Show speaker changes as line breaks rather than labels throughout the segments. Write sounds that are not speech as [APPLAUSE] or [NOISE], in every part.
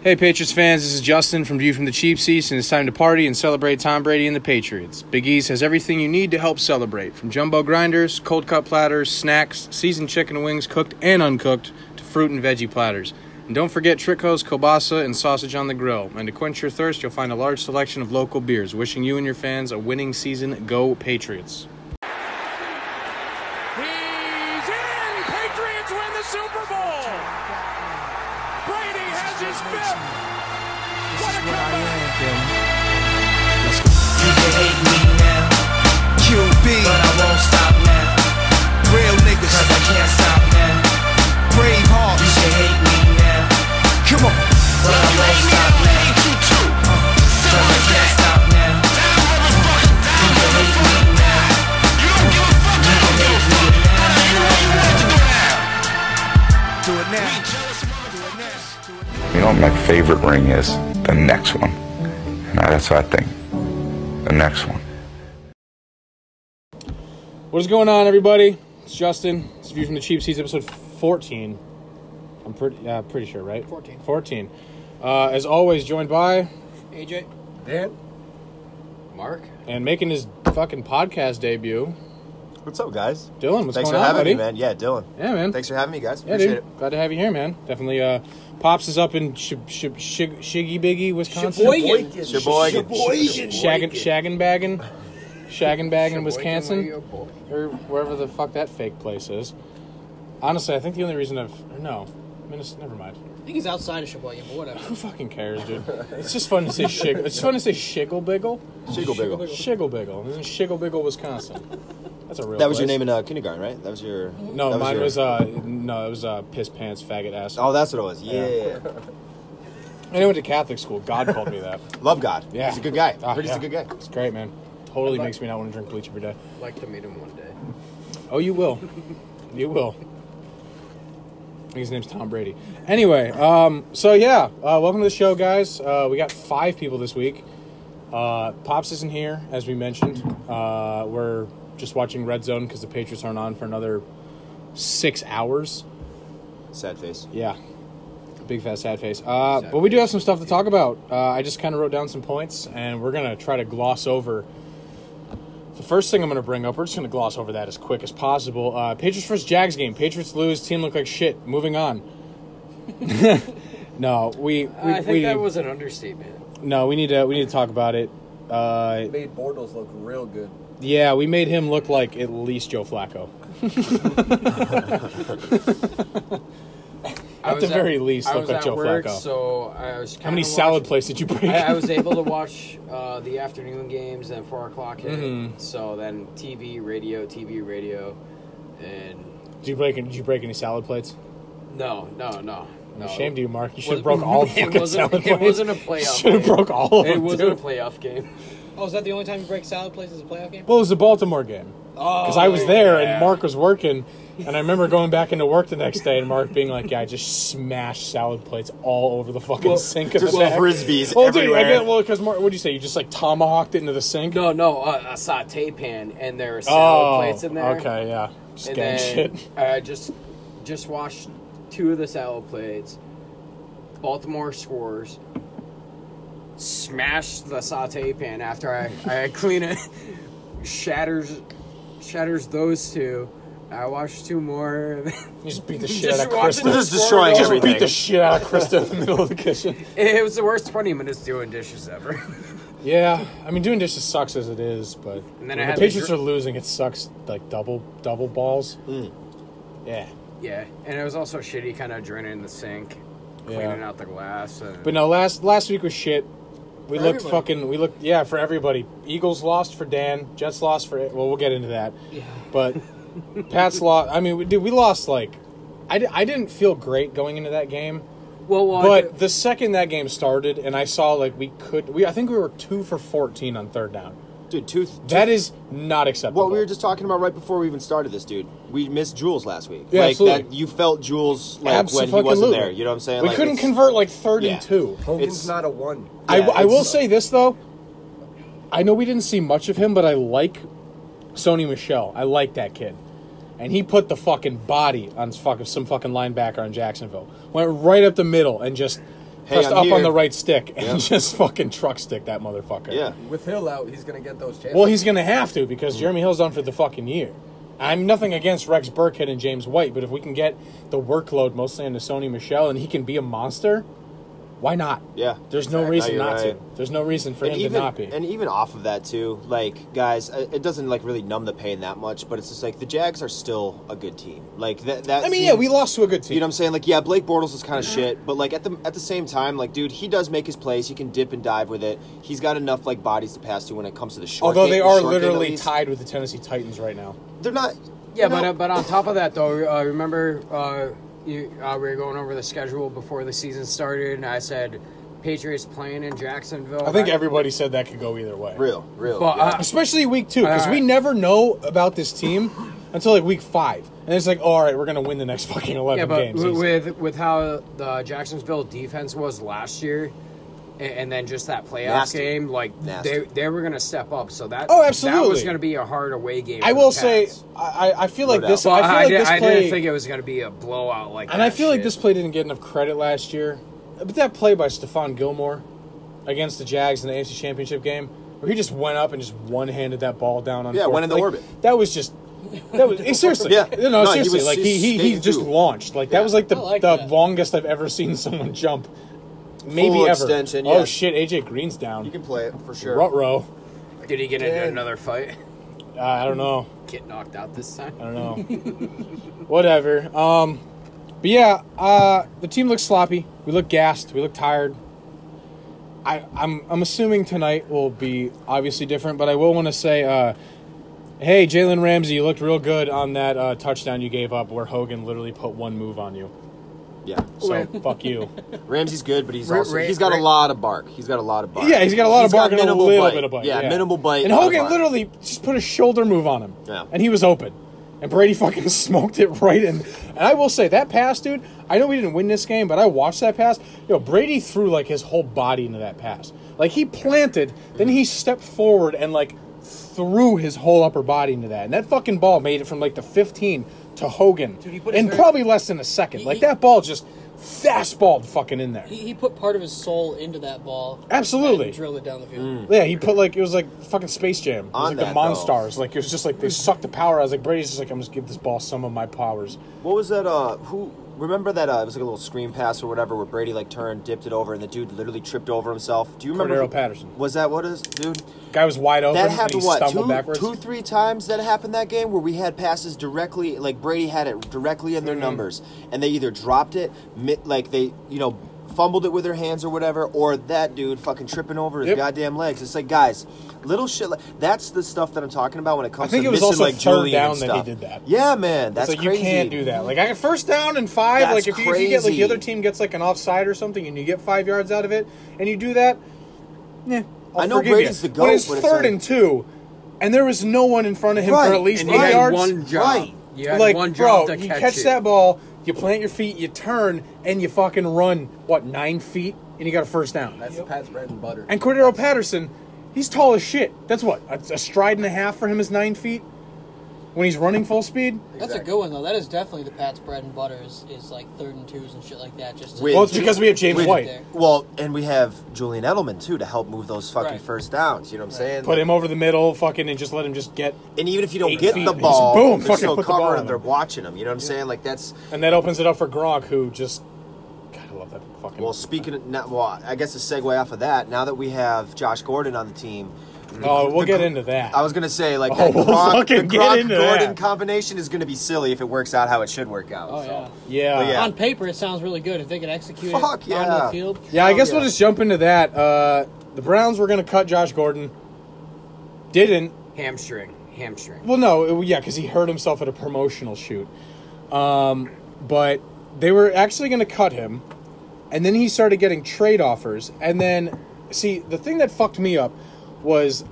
Hey, Patriots fans, this is Justin from View from the Cheap Seats, and it's time to party and celebrate Tom Brady and the Patriots. Big E's has everything you need to help celebrate from jumbo grinders, cold cut platters, snacks, seasoned chicken wings cooked and uncooked, to fruit and veggie platters. And don't forget Trico's kielbasa and sausage on the grill. And to quench your thirst, you'll find a large selection of local beers. Wishing you and your fans a winning season. Go Patriots.
He's in! Patriots win the Super Bowl! Brady has his fifth! What a comeback!
You can hate me now,
QB,
but I won't stop now.
real niggas,
Cause I can't stop now.
brave
You
hearts.
can hate me now,
Come on,
but I won't stop now. Cause I can't stop now. You can hate me now. You can hate me now.
do it now. Do it now. Do it now.
You know what my favorite ring is? The next one. And I- that's what I think. The next one.
What is going on, everybody? It's Justin. It's View from the Cheap Seats, episode 14. I'm pretty, uh, pretty sure, right? 14. 14. Uh, as always, joined by
AJ.
Dan.
Mark.
and making his fucking podcast debut,
What's up, guys?
Dylan. What's
Thanks
going
for
on,
having
buddy?
me, man. Yeah, Dylan.
Yeah, man.
Thanks for having me, guys.
Yeah,
Appreciate
dude.
it.
Glad to have you here, man. Definitely. Uh, Pops is up in Sh- Sh- Sh- Shiggy Biggy, Wisconsin.
Sheboygan.
Sheboygan.
Shaggin', shaggin' baggin', shaggin' baggin',
Sheboygan,
Wisconsin,
where you boy.
or wherever the fuck that fake place is. Honestly, I think the only reason I've or no, Minnesota. Never mind.
I think he's outside of Sheboygan, but whatever.
Who fucking cares, dude? It's just fun to say shig. It's fun to say shiggle biggle.
Shiggle biggle.
Shiggle biggle. This is Shiggle Biggle, Wisconsin. That's a real.
That was your
place.
name in uh, kindergarten, right? That was your.
No,
that
mine
your-
was uh, no, it was uh, piss pants faggot ass.
Oh, that's what it was. Yeah.
And I went to Catholic school. God called me
[LAUGHS]
that.
Love God.
Yeah.
He's a good guy.
Ah,
Brady's
yeah.
a good guy.
It's great, man. Totally makes me not want to drink bleach every day.
I'd like to meet him one day.
Oh, you will. you will. I think his name's Tom Brady. Anyway, um, so yeah, uh, welcome to the show, guys. Uh, we got five people this week. Uh, Pops isn't here, as we mentioned. Uh, we're just watching Red Zone because the Patriots aren't on for another six hours.
Sad face.
Yeah. Big fat sad face. Uh, but we do have some stuff to talk about. Uh, I just kind of wrote down some points, and we're going to try to gloss over. The first thing I'm going to bring up, we're just going to gloss over that as quick as possible. Uh, Patriots versus Jags game. Patriots lose. Team look like shit.
[LAUGHS]
Moving on. no, we. we
I think
we,
that was an understatement.
No, we need to. We need to talk about it. Uh,
made Bortles look real good.
yeah, we made him look like at least Joe Flacco.
At
the very least,
I
look
was
like
at
Joe
work,
Flacco.
So I was.
How many
kinda
salad
watching-
plates did you bring?
I, I was able to watch uh, the afternoon games at four o'clock. Hit.
Mm-hmm.
So then TV, radio, TV, radio, and
[LAUGHS] did you break? Did you break any salad plates?
no, no, no.
No,
no.
Shame to you, Mark. You should have
[LAUGHS] It
broke all the
wasn't-
fucking salad
It
plates.
wasn't
[LAUGHS]
a
You
playoff.
should have
game.
broke all of [LAUGHS]
It
them.
wasn't a
dude.
playoff game.
Oh, is that the only time you break salad plates is a playoff game?
Well, it was the Baltimore game.
Oh,
Because I was there and Mark was working. And I remember going back into work the next day and Mark being like, yeah, I just smashed salad plates all over the fucking sink of
Just
the back.
frisbees
Well, dude, I
everywhere.
get, well, because Mark, what do you say? You just like tomahawked it into the sink?
No, no, a, a saute pan, and there are salad
oh,
plates in there.
okay, yeah. Just
and
gang
then
shit.
I just just washed two of the salad plates. Baltimore scores. Smash the saute pan after I, I clean it. [LAUGHS] Shatters shatters those two. I wash two more. [LAUGHS]
You just beat the shit
Just
out of
watching
Krista.
the
Just destroying
Just
everything.
beat the shit out of Krista in the middle of the kitchen.
it was the worst twenty minutes doing dishes ever. [LAUGHS]
Yeah, I mean doing dishes sucks as it is, but
And then I
when
had
the
the
Patriots
dr-
are losing. It sucks like double double balls.
Mm.
Yeah,
yeah, and it was also shitty, kind of draining the sink, cleaning
yeah.
out the glass. And
But no, last last week was shit. We looked
everybody.
fucking. We looked yeah for everybody. Eagles lost for Dan. Jets lost for well. We'll get into that. Yeah.
[LAUGHS]
But Pats lost. I mean, we, dude, we lost like. I, di- I didn't feel great going into that game,
well, well, Oh, I do-
but the second that game started, and I saw like we could we I think we were two for fourteen on third down.
Dude, tooth.
That is not acceptable.
What we were just talking about right before we even started this, dude. We missed Jules last week.
Yeah,
like
absolutely.
that you felt Jules like when
Absolutely.
he wasn't there. You know what I'm saying?
We
Like,
couldn't
it's-
convert like 32.
Hogan's
It's-
not a one.
I,
Yeah,
I will
it's-
say this though. I know we didn't see much of him, but I like Sony Michelle. I like that kid. And he put the fucking body on fucking, some fucking linebacker in Jacksonville. Went right up the middle and just
Hey,
pressed
I'm
up
here.
on the right stick and [LAUGHS]
Yeah.
just fucking truck stick that motherfucker.
Yeah.
With Hill out, he's gonna get those chances.
Well, he's gonna have to because Jeremy Hill's done for the fucking year. I'm nothing against Rex Burkhead and James White, but if we can get the workload mostly into Sony Michelle and he can be a monster, why not?
Yeah.
There's no
Exactly.
reason
No, you're
not
right.
to. There's no reason for
and
him
even,
to not be.
And even off of that too, like guys, I- it doesn't like really numb the pain that much, but it's just like the Jags are still a good team. Like that. that
I mean,
team-
yeah, we lost to a good team.
You know what I'm saying? Like, yeah, Blake Bortles is kind of shit, but like at the at the same time, like, dude, he does make his plays. He can dip and dive with it. He's got enough like bodies to pass to when it comes to the short.
Although
game-
they are
short game, at
literally
least.
tied with the Tennessee Titans right now.
They're not.
Yeah,
they're
but
not-
uh, but on top of that though, uh, remember uh, you uh, we were going over the schedule before the season started, and I said Patriots playing in Jacksonville.
I think
right?
everybody said that could go either way.
real, real.
But,
yeah.
uh,
Especially week two, because we
Alright.
never know about this team until like week five. And it's like, oh, all right, we're going to win the next fucking 11
yeah, but
games.
w-
Easy.
with with how the Jacksonville defense was last year, a- and then just that playoff
Nasty.
game, like
Nasty.
they they were gonna step up. So that
Oh,
that
absolutely.
was gonna be a hard away game.
I
for
will
the
say,
Pats.
I, I- I feel like
No
this.
doubt.
I
But
feel
I,
like
did,
this
I
play,
didn't think it was gonna be a blowout like
and
that.
I feel like
shit.
this play didn't get enough credit last year. But that play by Stephon Gilmore against the Jags in the AFC Championship game, where he just went up and just one-handed that ball down on
Yeah,
fourth-
went in the
like,
orbit.
That was just. That
[LAUGHS]
was eh, seriously,
Yeah.
No,
No, he
seriously,
was-
like he
he's
he, he
skating
just
through.
launched. Like that was like the
I like
the
that.
longest I've ever seen [LAUGHS] someone jump, maybe
Full
ever.
extension,
Oh
yeah.
shit, AJ Green's down.
you can play it for sure.
Rut row.
Did he get into
Dude.
another fight? [LAUGHS]
Uh, I don't know.
Get knocked out this time?
I don't know. [LAUGHS] Whatever. Um, but yeah, uh, the team looks sloppy. We look gassed. We look tired. I, I'm I'm assuming tonight will be obviously different, but I will want to say, uh, hey, Jalen Ramsey, you looked real good on that uh, touchdown you gave up, where Hogan literally put one move on you.
Yeah.
So fuck you.
Ramsey's good, but he's
Ra-
also
Ra-
he's got
Ra-
a lot of bark. He's got a lot of bark.
Yeah, he's got a lot of bark and a
minimal
little
bite.
bit of bite.
Yeah, minimal bite.
And
a lot of
Hogan
bark.
literally just put a shoulder move on him.
Yeah.
And he was open. And Brady fucking [LAUGHS] smoked it right in. And I will say that pass, dude, I know we didn't win this game, but I watched that pass. Yo, Brady threw like his whole body into that pass. Like he planted, then he stepped forward and like threw his whole upper body into that. And that fucking ball made it from like the 15 to Hogan
he put his
in
very-
probably less than a second.
He-
like
he-
that ball just fastballed fucking in there.
He, he put part of his soul into that ball.
Absolutely.
And drilled it down the
Mm.
field.
Yeah, he put like it was like fucking Space Jam. It was like
On
the
that,
Monstars. Like it was just like they sucked the power. I was like Brady's just like I'm just give this ball some of my powers.
What was that? Uh, who remember that? Uh, it was like a little screen pass or whatever, where Brady like turned, dipped it over, and the dude literally tripped over himself. Do you remember?
Cordero
who-
Patterson.
Was that what is, dude?
Guy was wide open.
That
and
happened
he
what
stumbled
two,
backwards.
two, three times. That happened that game where we had passes directly, like Brady had it directly in their
Mm-hmm.
numbers, and they either dropped it, mi- like they, you know, fumbled it with their hands or whatever, or that dude fucking tripping over his
Yep.
goddamn legs. It's like guys, little shit. Like, that's the stuff that I'm talking about when it comes.
think
to
it was
missing,
also
like
third
Julian
down
and
that he
stuff.
did that.
Yeah, man, that's
It's like
crazy.
you can't do that. Like I first down and five.
That's
like if you, if you get like the
crazy.
other team gets like an offside or something and you get five yards out of it and you do that, yeah. I'll
I know
forgive
Brady's
you.
the
When
GOAT,
it's
but
third
it's like-
and two, and there was no one in front of him for
Right.
at least
And
eight
you had
yards.
one job.
Right.
You had
like,
one job
bro,
to
you
catch,
catch,
it.
that ball, you plant your feet, you turn, and you fucking run what nine feet, and you got a first down.
That's Pat's bread and butter.
And Cordero Patterson, he's tall as shit. That's what a, a stride and a half for him is nine feet. When he's running full speed,
That's a good one though. That is definitely the Pat's bread and butter is, is like third and twos and shit like that. Just to-
Wait.
well, it's because we have James
Wait.
White.
Well, and we have Julian Edelman too to help move those fucking
Right.
first downs. You know what I'm saying?
Put him over the middle, fucking, and just let him just get.
And even if you don't
Eight
get
feet.
the
Just
ball,
boom,
they're
fucking
still
put the ball
covering.
on
they're
him.
watching them. You know what I'm saying? Like that's
And that opens it up for Gronk, who just. God, I love that fucking.
well. Speaking of, not, well, I guess a segue off of that. Now that we have Josh Gordon on the team,
oh, we'll
the-
get into that.
I was gonna say like
Oh, [LAUGHS]
that
we'll
Gronk, the
fucking get
Gronk
into
Gordon
that.
combination is gonna be silly if it works out how it should work out.
Oh
so.
yeah.
yeah.
But yeah.
On paper, it sounds really good if they can execute
Fuck,
it on
yeah.
the field.
Yeah, I guess
yeah.
we'll just jump into that. Uh, the Browns were going to cut Josh Gordon. Didn't.
hamstring, hamstring.
Well, no, it, yeah, because he hurt himself at a promotional shoot. Um, but they were actually going to cut him, and then he started getting trade offers. And then, see, the thing that fucked me up was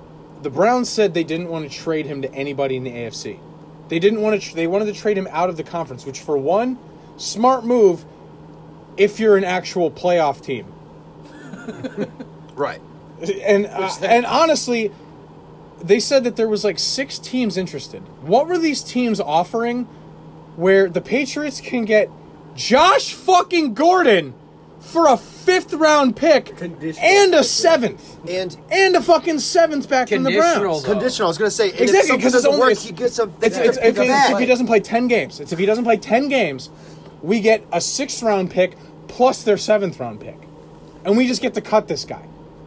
the Browns said they didn't want to trade him to anybody in the AFC. They didn't want to. Tr- they wanted to trade him out of the conference, which for one, smart move. If you're an actual playoff team,
Right.
and uh, and honestly, they said that there was like six teams interested. What were these teams offering? Where the Patriots can get Josh fucking Gordon for a fifth round pick
Conditional
and a
pick, yeah.
seventh
And
and a fucking seventh back from the
Conditional,
Browns.
though.
conditional. I was gonna say and
Exactly,
if something
'cause it's
doesn't
only-
work,
it's-
he gets a.
It's,
they
it's,
pick
if,
him
it's-
back.
if he doesn't play 10 games, it's if he doesn't play 10 games, we get a sixth round pick plus their seventh round pick. And we just get to cut this guy.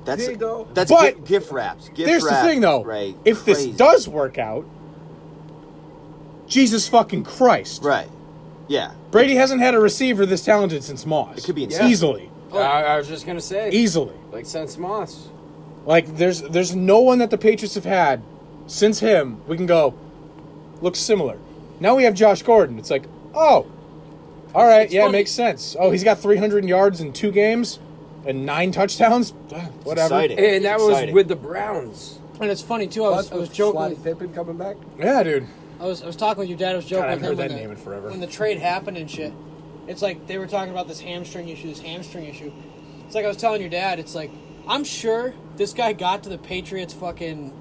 that's
There you go.
that's
But-
gi- gift wraps. Gift
There's the
wrap,
thing, though.
Right.
If this
Crazy.
does work out, Jesus fucking Christ.
right, yeah,
Brady hasn't had a receiver this talented since Moss.
It could be insane.
easily,
I, I was just gonna say,
easily.
like since Moss,
Like there's there's no one that the Patriots have had since him. We can go looks similar. Now we have Josh Gordon. It's like oh, all right, yeah, it
funny.
makes sense. Oh, he's got 300 yards in two games and nine touchdowns. [LAUGHS] Ah, Whatever.
exciting.
and that was
Exciting.
with the Browns.
And it's funny too. I was,
Plus
I was
with
joking.
Scottie
with-
Pippen coming back.
Yeah, dude.
I was, I was talking with your dad. I was joking
God, I
with him
haven't heard
when
that
the-
name in forever.
When the trade happened and shit, it's like they were talking about this hamstring issue, this hamstring issue. It's like I was telling your dad. It's like I'm sure this guy got to the Patriots fucking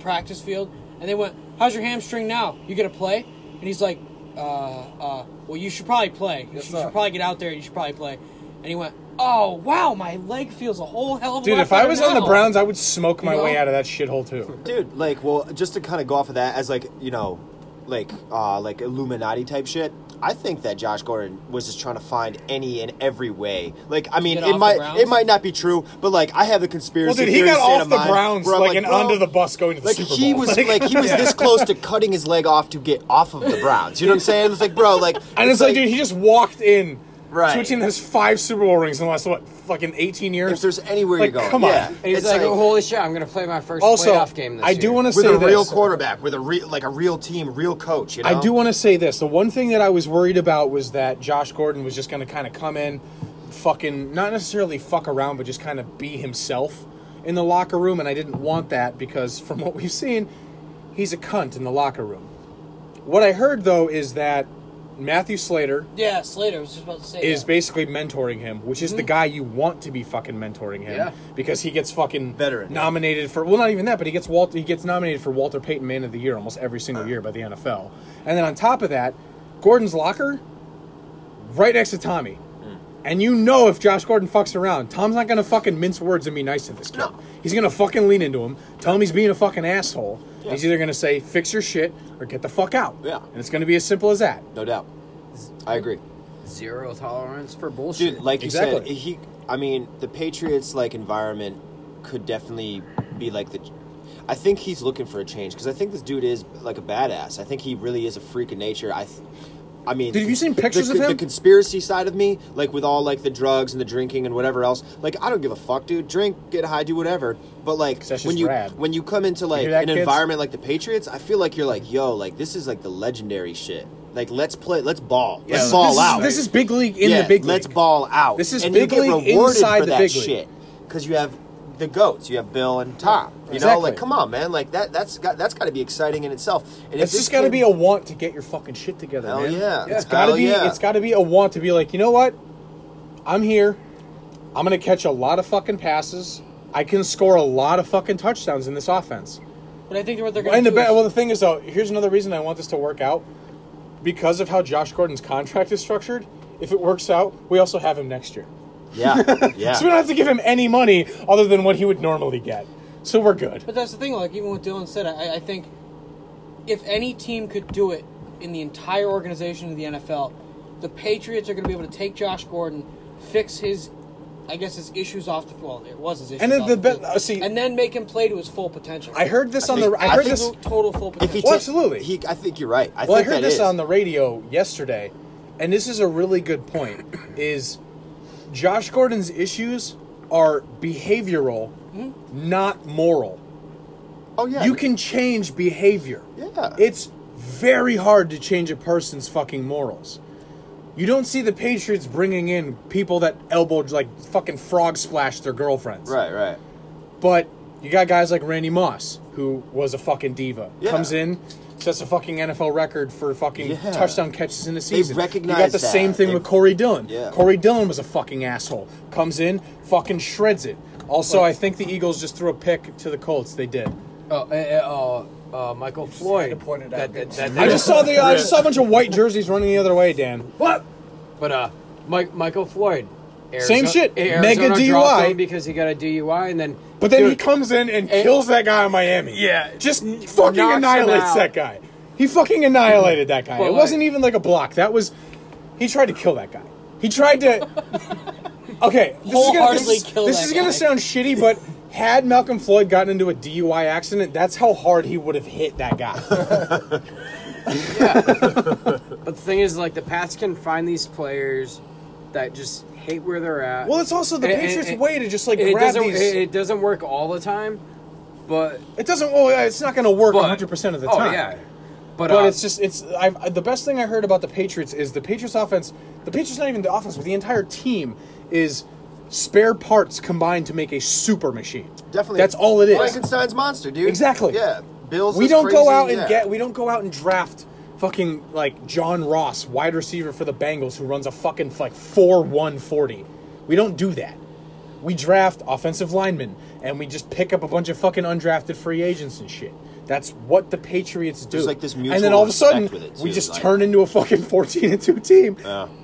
practice field and they went, "How's your hamstring now? You gonna play?" And he's like, "Uh, uh, well, you should probably play. You, should, you
sir.
should probably get out there. You should probably play." And he went, "Oh wow, my leg feels a whole hell of a
Dude,
lot
if I
better
was on the
now."
Browns, I would smoke my
You know?
way out of that shithole
[LAUGHS]
too.
dude like well just to kind of go off of that as like you know like uh like illuminati type shit i think that josh gordon was just trying to find any and every way like i mean
Get off
it
the
might
Browns?
it might not be true but like i have the conspiracy
Well, dude, he
theory
got
state
off
of
the
mind
Browns
where I'm
like, and
bro,
onto the bus going to the
like
Super Bowl.
he was like, he was this close to cutting his leg off to get off of the Browns. You know what I'm saying? It's like, bro, like
[LAUGHS] [LAUGHS] And it's like, dude, he just walked in
Right.
to a team that has five Super Bowl rings in the last what fucking eighteen years.
if there's anywhere
Like,
you go,
come on.
yeah,
And he's
it's
like, holy shit, I'm gonna play my first
also,
playoff game this
I
year.
do want to
with
say
a
this.
real quarterback, with a real like a real team, real coach. You know,
I do want to say this. The one thing that I was worried about was that Josh Gordon was just going to kind of come in, fucking not necessarily fuck around, but just kind of be himself in the locker room, and I didn't want that because from what we've seen, he's a cunt in the locker room. What I heard though is that Matthew Slater,
Yeah, Slater I was just about to say
is
that.
basically mentoring him, which
Mm-hmm.
is the guy you want to be fucking mentoring him
Yeah.
because he gets fucking
Veteran.
nominated for well, not even that, but he gets Walter he gets nominated for Walter Payton Man of the Year almost every
Uh.
single year by the NFL. And then on top of that, Gordon's locker right next to Tommy.
Mm.
And you know if Josh Gordon fucks around, Tom's not gonna fucking mince words and be nice to this kid.
No.
He's gonna fucking lean into him, tell him he's being a fucking asshole. and He's either gonna say fix your shit or get the fuck out.
Yeah.
And it's gonna be as simple as that.
no doubt. I agree.
zero tolerance for bullshit.
dude like you
Exactly.
said he i mean the patriots like environment could definitely be like the i think he's looking for a change because i think this dude is like a badass i think he really is a freak of nature i th- I mean,
Dude, have you seen
the-
pictures
the,
of him?
The conspiracy side of me, like with all like the drugs and the drinking and whatever else, like I don't give a fuck, dude. Drink, get high, do whatever. But like
that's
when
just
you
rad.
when you come into like
hear that,
an
kids?
environment like the Patriots, I feel like you're like, yo, like this is like the legendary shit. Like let's play, let's ball,
This
let's
is-
ball
this is-
out.
this is big league in
Yeah,
the big league.
Let's ball out.
This is
and
big
you get
league
rewarded
inside
for
the
that
big league.
shit because you have the goats. You have Bill and Tom. You know,
Exactly.
like come on, man, like that. That's got that's got to be exciting in itself. And if
It's
this
just got to
kid-
be a want to get your fucking shit together,
Hell
man.
yeah.
It's got to
Hell
be.
yeah.
It's got to be a want to be like, you know what? I'm here. I'm gonna catch a lot of fucking passes. I can score a lot of fucking touchdowns in this offense.
But I think what they're going
And
to
the
do.
ba-
is-
well, the thing is though, here's another reason I want this to work out. Because of how Josh Gordon's contract is structured, if it works out, we also have him next year.
[LAUGHS]
[LAUGHS]
yeah, yeah.
So we don't have to give him any money other than what he would normally get. So we're good.
But that's the thing. Like even what Dylan said, I, I think if any team could do it in the entire organization of the NFL, the Patriots are going to be able to take Josh Gordon, fix his, I guess his issues off the field. It was his issues.
And then
off
the be-
field,
uh, see-
and then make him play to his full potential.
I heard this
I
on
think-
the. I
I
heard
think
this.
total full
if
potential.
he
Well,
takes-
absolutely.
he, I think you're right. I
well, I
think
heard
that
this
is.
on the radio yesterday, and this is a really good point. Is Josh Gordon's issues are behavioral, not moral.
Oh Hmm? yeah,
You can change behavior.
Yeah.
It's very hard to change a person's fucking morals. You don't see the Patriots bringing in people that elbowed like fucking frog splashed their girlfriends.
Right, right.
But you got guys like Randy Moss, who was a fucking diva,
Yeah.
comes in, sets a fucking NFL record for fucking
Yeah.
touchdown catches in a season.
recognize
you got the
that.
same thing
They-
with Corey Dillon.
Yeah.
Corey Dillon was a fucking asshole. Comes in, fucking shreds it. Also,
Well-
I think the Eagles just threw a pick to the Colts. They did.
Oh, uh, uh, uh, Michael Floyd.
to point it
that,
out.
that, that,
I just saw the I just saw a bunch of white jerseys running the other way, Dan.
what? But uh, Mike, Michael Floyd
Same shit.
Arizona
Mega
dropped
DUI.
him because he got a DUI, and then
But then he
Dude,
comes in and kills that guy in Miami.
Yeah.
Just fucking
knocks him
annihilates
out.
that guy. He fucking annihilated that guy.
But,
it
like-
wasn't even like a block. That was he tried to kill that guy. He tried
[LAUGHS]
to Okay, this is gonna, this,
Wholeheartedly
is-
kill
this
that
is gonna
guy.
sound shitty, but had Malcolm Floyd gotten into a DUI accident, that's how hard he would have hit that
[LAUGHS]
guy.
But the thing is, like the Pats can find these players that just hate where they're at.
well, it's also the
And- and-
Patriots'
and-
way to just like
and it
grab
doesn't,
these.
It,
It,
it doesn't work all the time, but
doesn't. Well, it's not gonna work
but-
100 percent of the
oh,
time.
yeah, but,
But
uh,
it's just it's I've, I- the best thing I heard about the Patriots is the Patriots offense. The Patriots not even the offense, but the entire team is spare parts combined to make a super machine.
Definitely.
that's all it is.
Frankenstein's monster, dude.
Exactly.
Yeah. Bills.
We
is
don't go
crazy,
out and
yeah.
get. We don't go out and draft fucking like John Ross, wide receiver for the Bengals, who runs a fucking like four one forty. We don't do that. We draft offensive linemen and we just pick up a bunch of fucking undrafted free agents and shit. That's what the Patriots do.
There's, like, this
and then
mutual
all of a
respect
sudden,
with it,
we
too,
just
like-
turn into a fucking [LAUGHS] fourteen and two team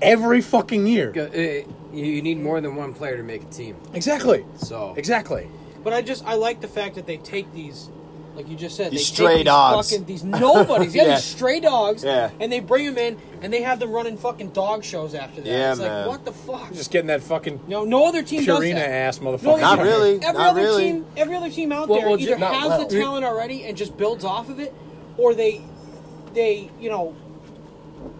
every fucking year.
uh, it- you need more than one player to make a team.
Exactly.
So-
exactly.
But I just I like the fact that they take these, like you just said,
These
they
stray
take
dogs.
fucking,
[LAUGHS]
these nobodies, yeah,
Yeah.
these stray dogs,
Yeah.
and they bring them in and they have them running fucking dog shows after that.
Yeah,
it's
man.
like what the fuck?
Just getting that fucking
no, no other team does
Purina
that.
ass motherfucker.
No,
Not really.
Every
Not
other
really.
team, every other team out
Well,
there
well, ju-
either
not
has
well.
the talent already and just builds off of it, or they, they, you know,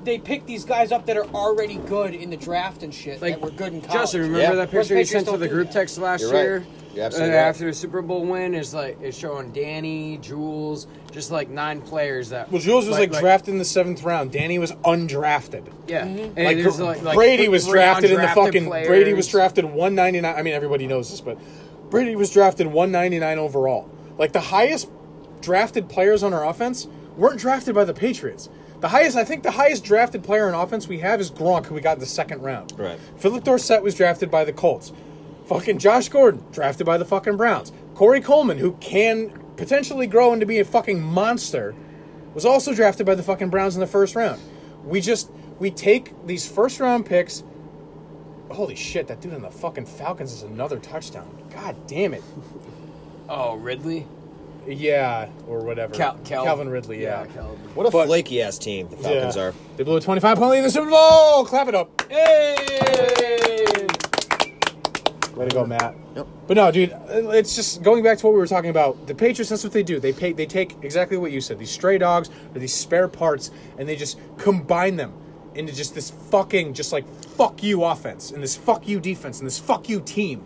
they pick these guys up that are already good in the draft and shit
Like
that were good in college.
Justin, remember
Yeah.
that picture you
Patriots
sent to
don't
the
do
group
that.
text last
You're right.
year?
You're absolutely
Uh,
right.
After the Super Bowl win, is like it's showing Danny, Jules, just like nine players that.
Well, Jules was like, drafted in the seventh round. Danny was undrafted.
Yeah, and
Like,
there's,
Brady was
three
drafted in the
undrafted
fucking
players.
Brady was drafted 199. I mean, everybody knows this, but Brady was drafted 199 overall. Like the highest drafted players on our offense weren't drafted by the Patriots. The highest, I think, the highest drafted player on offense we have is Gronk, who we got in the second round.
Right.
Philip Dorsett was drafted by the Colts. Fucking Josh Gordon drafted by the fucking Browns. Corey Coleman, who can potentially grow into be a fucking monster, was also drafted by the fucking Browns in the first round. We just we take these first round picks. Holy shit, that dude on the fucking Falcons is another touchdown. God damn it.
Oh, Ridley,
Yeah, or whatever.
Cal- Cal-
Calvin Ridley, yeah.
Calvin.
What a
But-
flaky ass team the Falcons
Yeah.
are.
They blew a 25 point lead in the Super Bowl. Clap it up.
Hey!
Way to go, Matt. But no, dude, it's just going back to what we were talking about. The Patriots, that's what they do. They pay, they take exactly what you said. These stray dogs or these spare parts, and they just combine them into just this fucking, just like fuck you offense, and this fuck you defense, and this fuck you team.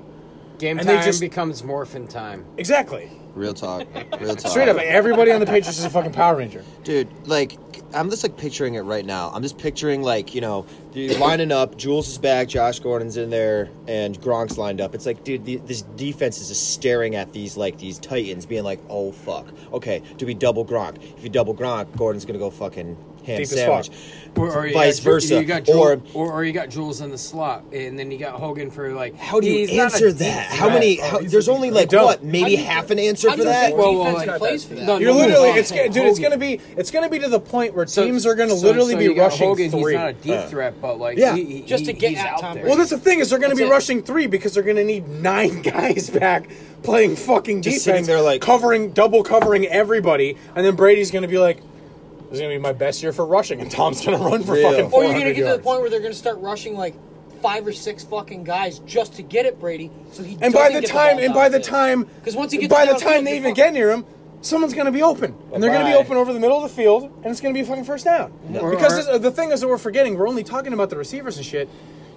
Game
And they
time
just-
becomes morphin time.
Exactly.
Real talk. Real talk.
Straight up, everybody on the Patriots is a fucking Power Ranger.
Dude, like, I'm just like picturing it right now. I'm just picturing like, you know, you're lining up. Jules is back. Josh Gordon's in there, and Gronk's lined up. It's like, dude, the, this defense is just staring at these like these Titans, being like, oh fuck. Okay, do we double Gronk? If you double Gronk, Gordon's gonna go fucking ham
Deep as
sandwich.
Or, or you
Vice
got Ju-
versa.
You got Jewel,
or
or, or you got Jules in the slot, and then you got Hogan for like.
how do you
he's not a
answer
deep
that?
threat.
How many? How, there's only like
don't.
what? Maybe half an answer
How do
for
you
that.
think
Well, well,
defense
like-
plays for that?
No,
You're
no,
literally,
no,
it's
no,
dude, it's
Hogan.
gonna be, it's gonna be to the point where
So-
teams are gonna
so-
literally
so
be
you got
rushing
Hogan,
three. Uh.
He's not a deep threat, but like
Yeah.
he- he-
Just to
he-
get
he's
at
out
Tom
there.
Brady.
Well, that's the thing is they're going to
That's
be
it.
rushing three because they're going to need nine [LAUGHS] guys back playing fucking
Just
defense.
sitting there like-
covering, double covering everybody, and then Brady's going to be like, "This is going to be my best year for rushing," and Tom's going to run for
Real.
fucking.
Or
Or
you're gonna get to the point where they're gonna start rushing like five or six fucking guys just to get at Brady, so he.
and by the time, and by the time,
because once he gets
by the
downfield,
time they
you're
even
fucked.
get near him, someone's going to be open, and they're going to be
Bye-bye.
open over the middle of the field, and it's going to be a fucking first down.
Or-
Because
or-
this- uh, the thing is that we're forgetting, we're only talking about the receivers and shit.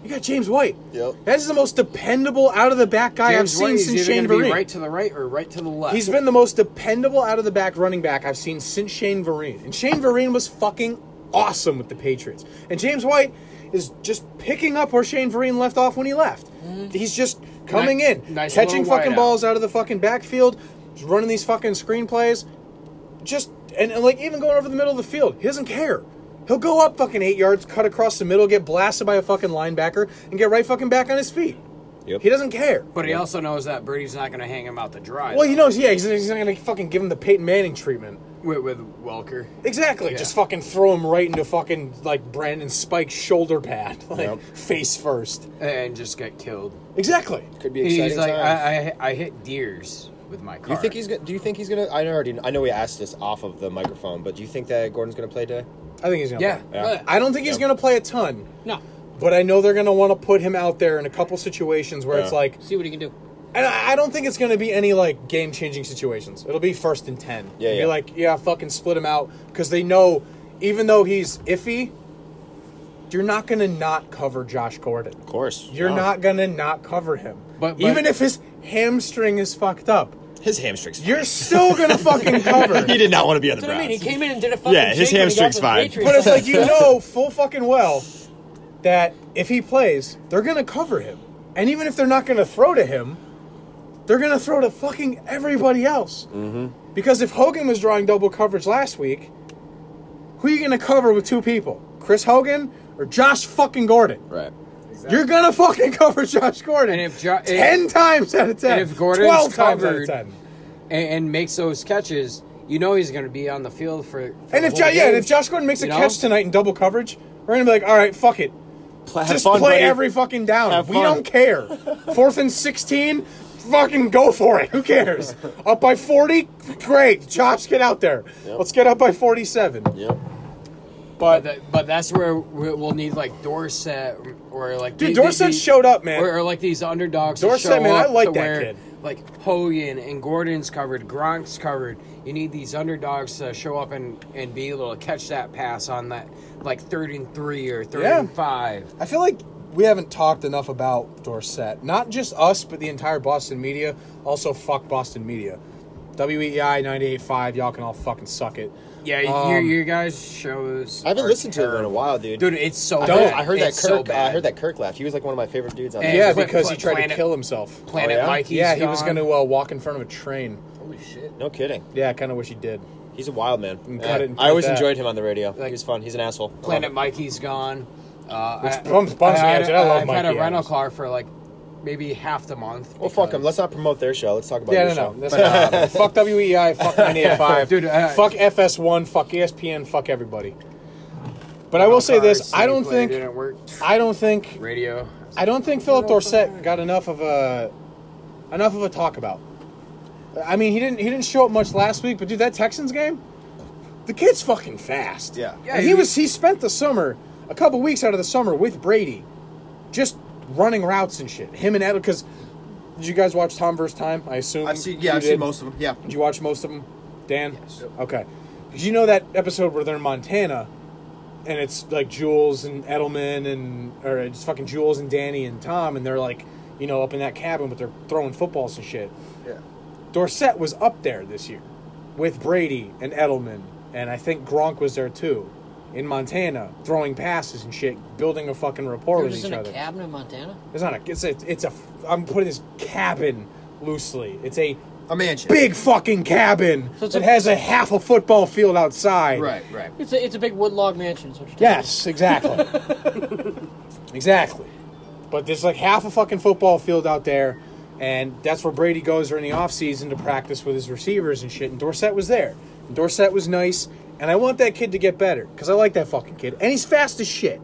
You got James White.
Yep.
That is the most dependable out of the back guy I've
James
seen
White is
since
either
Shane
gonna be
Vereen.
right to the right or right to the left.
He's been the most dependable out of the back running back I've seen since Shane Vereen. And Shane Vereen was fucking awesome with the Patriots. And James White is just picking up where Shane Vereen left off when he left. He's just coming
Ni-
in,
Mm-hmm. nice
catching
little wide
fucking
out.
balls out of the fucking backfield, just running these fucking screenplays. Just and, and like even going over the middle of the field, he doesn't care. He'll go up fucking eight yards, cut across the middle, get blasted by a fucking linebacker, and get right fucking back on his feet.
Yep.
He doesn't care.
but he also knows that Brady's not going to hang him out to dry.
Well, he
though.
knows, yeah, he's, he's not going to fucking give him the Peyton Manning treatment.
With, with Welker.
Exactly.
Yeah.
Just fucking throw him right into fucking like Brandon Spike's shoulder pad, [LAUGHS] like face first,
and just get killed.
Exactly.
Could
He's like, I, I, I hit deers with my car.
You think he's gonna? Do you think he's gonna? I already. I know we asked this off of the microphone, but do you think that Gordon's gonna play today?
I think he's gonna.
Yeah.
play. Uh,
Yeah.
I don't think he's
Yeah.
gonna play a ton.
No.
But I know they're gonna want to put him out there in a couple situations where it's
Yeah.
like,
see what he can do.
and I I don't think it's gonna be any like game changing situations. It'll be first and ten.
Yeah,
It'll
yeah.
Be like, yeah, fucking split him out because they know, even though he's iffy, you're not gonna not cover Josh Gordon. Of
course.
You're
No.
not gonna not cover him.
But- but-
even if his hamstring is fucked up,
his hamstring's.
You're still
[LAUGHS]
gonna fucking cover.
he did not want to be on the
That's what I mean. He
Browns.
came in and did a fucking.
Yeah, his
jig when [LAUGHS] he got
hamstring's
to the
fine.
Patriots.
But it's like you know full fucking well that if he plays, they're gonna cover him. And even if they're not gonna throw to him, they're gonna throw to fucking everybody else.
Mm-hmm.
Because if Hogan was drawing double coverage last week, who are you gonna cover with two people? Chris Hogan or Josh fucking Gordon?
Right.
You're gonna fucking [LAUGHS] cover Josh Gordon. And if ten times out of ten,
And if Gordon's
twelve
covered
times out of ten.
And, and makes those catches, you know he's going to be on the field for. for
And
the
if
whole
jo- yeah,
game,
and if Josh Gordon makes a
you know?
catch tonight in double coverage, we're gonna be like, all right, fuck it,
Play,
just play every fucking down.
Have
we
fun.
don't care. Fourth and sixteen, fucking go for it. Who
[LAUGHS]
cares? up by forty, great. Josh, get out there.
Yep.
Let's get up by forty-seven.
Yep.
But that, but that's where we- we'll need like Dorset or like
Dude,
the- the-
Dorsett
the-
showed up, man.
or, or like these underdogs. to
Dorsett,
show
man, I
up
like
to
that
where,
kid.
Like Hogan and Gordon's covered, Gronk's covered. You need these underdogs to show up and and be able to catch that pass on that like third and three or third
Yeah.
and five.
I feel like we haven't talked enough about Dorset. Not just us, but the entire Boston media. Also, fuck Boston media. E WEI 98.5, y'all can all fucking suck it.
Yeah, your,
Um,
your guys' shows.
I haven't
are
listened to him in a
terrible.
while, dude.
Dude, it's so
I
bad.
heard, I heard that Kirk. uh,
It's so
I
bad.
heard that Kirk laugh. He was like one of my favorite dudes on.
And
that.
yeah, because he tried to
Planet-
kill himself.
Planet
Oh, yeah?
Mikey's
Yeah, he was
gone.
going to uh, walk in front of a train.
Holy shit.
No kidding.
Yeah, I kind of wish he did.
He's a wild man.
And
Yeah.
cut it and
I always
cut that.
enjoyed him on the radio. he was fun. He's an asshole. I love
Planet
him.
Mikey's gone. Uh,
Which
I-
bums- bums me out, dude. I love
I've
Mikey
had a rental
Adams.
car for like maybe half the month.
Well, fuck him. Let's not promote their show. Let's talk about
Yeah,
your
no, no.
show.
That's not happening. Fuck WEI,
[LAUGHS]
fuck 985.
Dude, uh, I-
fuck FS1, fuck E ESPN, fuck everybody. But I will say this, I don't think
didn't work.
I don't think
Radio.
I don't think Philip Dorsett got enough of a enough of a talk about. I mean, he didn't he didn't show up much last week, but dude, that Texans game, the kid's fucking fast.
Yeah.
And he, was he spent the summer, a couple weeks out of the summer with Brady, just running routes and shit. Him and Ed, because did you guys watch Tom vs. Time? I assume.
I've seen- yeah,
you
I've seen
did.
most of 'em, yeah.
Did you watch most of them, Dan? Okay. Did you know that episode where they're in Montana? and it's like Jules and Edelman and or it's fucking Jules and Danny and Tom and they're like, you know, up in that cabin but they're throwing footballs and shit.
Yeah.
Dorsett was up there this year with Brady and Edelman and I think Gronk was there too in Montana throwing passes and shit, building a fucking
They
rapport
were
with
just
each
in
other.
a cabin in Montana.
it's not a it's a it's a I'm putting this cabin loosely. It's a
a mansion.
Big fucking cabin.
So it's
that
a-
has a half a football field outside.
right.
It's a it's a big woodlog mansion. Is what you're
Yes, exactly. exactly. But there's like half a fucking football field out there, and that's where Brady goes during the offseason to practice with his receivers and shit. And Dorsett was there. And Dorsett was nice, and I want that kid to get better because I like that fucking kid, and he's fast as shit.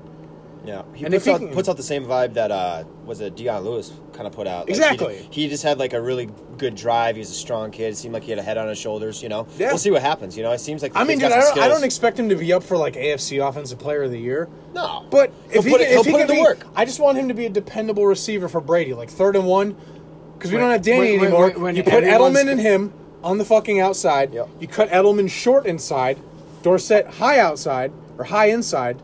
Yeah, he,
And
puts,
if he
out,
can-
puts out the same vibe that uh, was it Dion Lewis kind of put out. he
Exactly.
did- he, just had like a really good drive. He was a strong kid. It seemed like he had a head on his shoulders. You know, we'll see what happens. You know, it seems like the
I mean,
kid's
dude,
got
I
some
don't, I
skills.
don't expect him to be up for like AFC Offensive Player of the Year.
No,
but
He'll
if he,
put it-
if
he'll
he
put
can
in the
be-
work.
I just want him to be a dependable receiver for Brady, like third and one, because we
When-
don't have Danny
when- when-
anymore.
when- when
you put
everyone's-
Edelman and him on the fucking outside. You cut Edelman short inside, Dorsett high outside or high inside.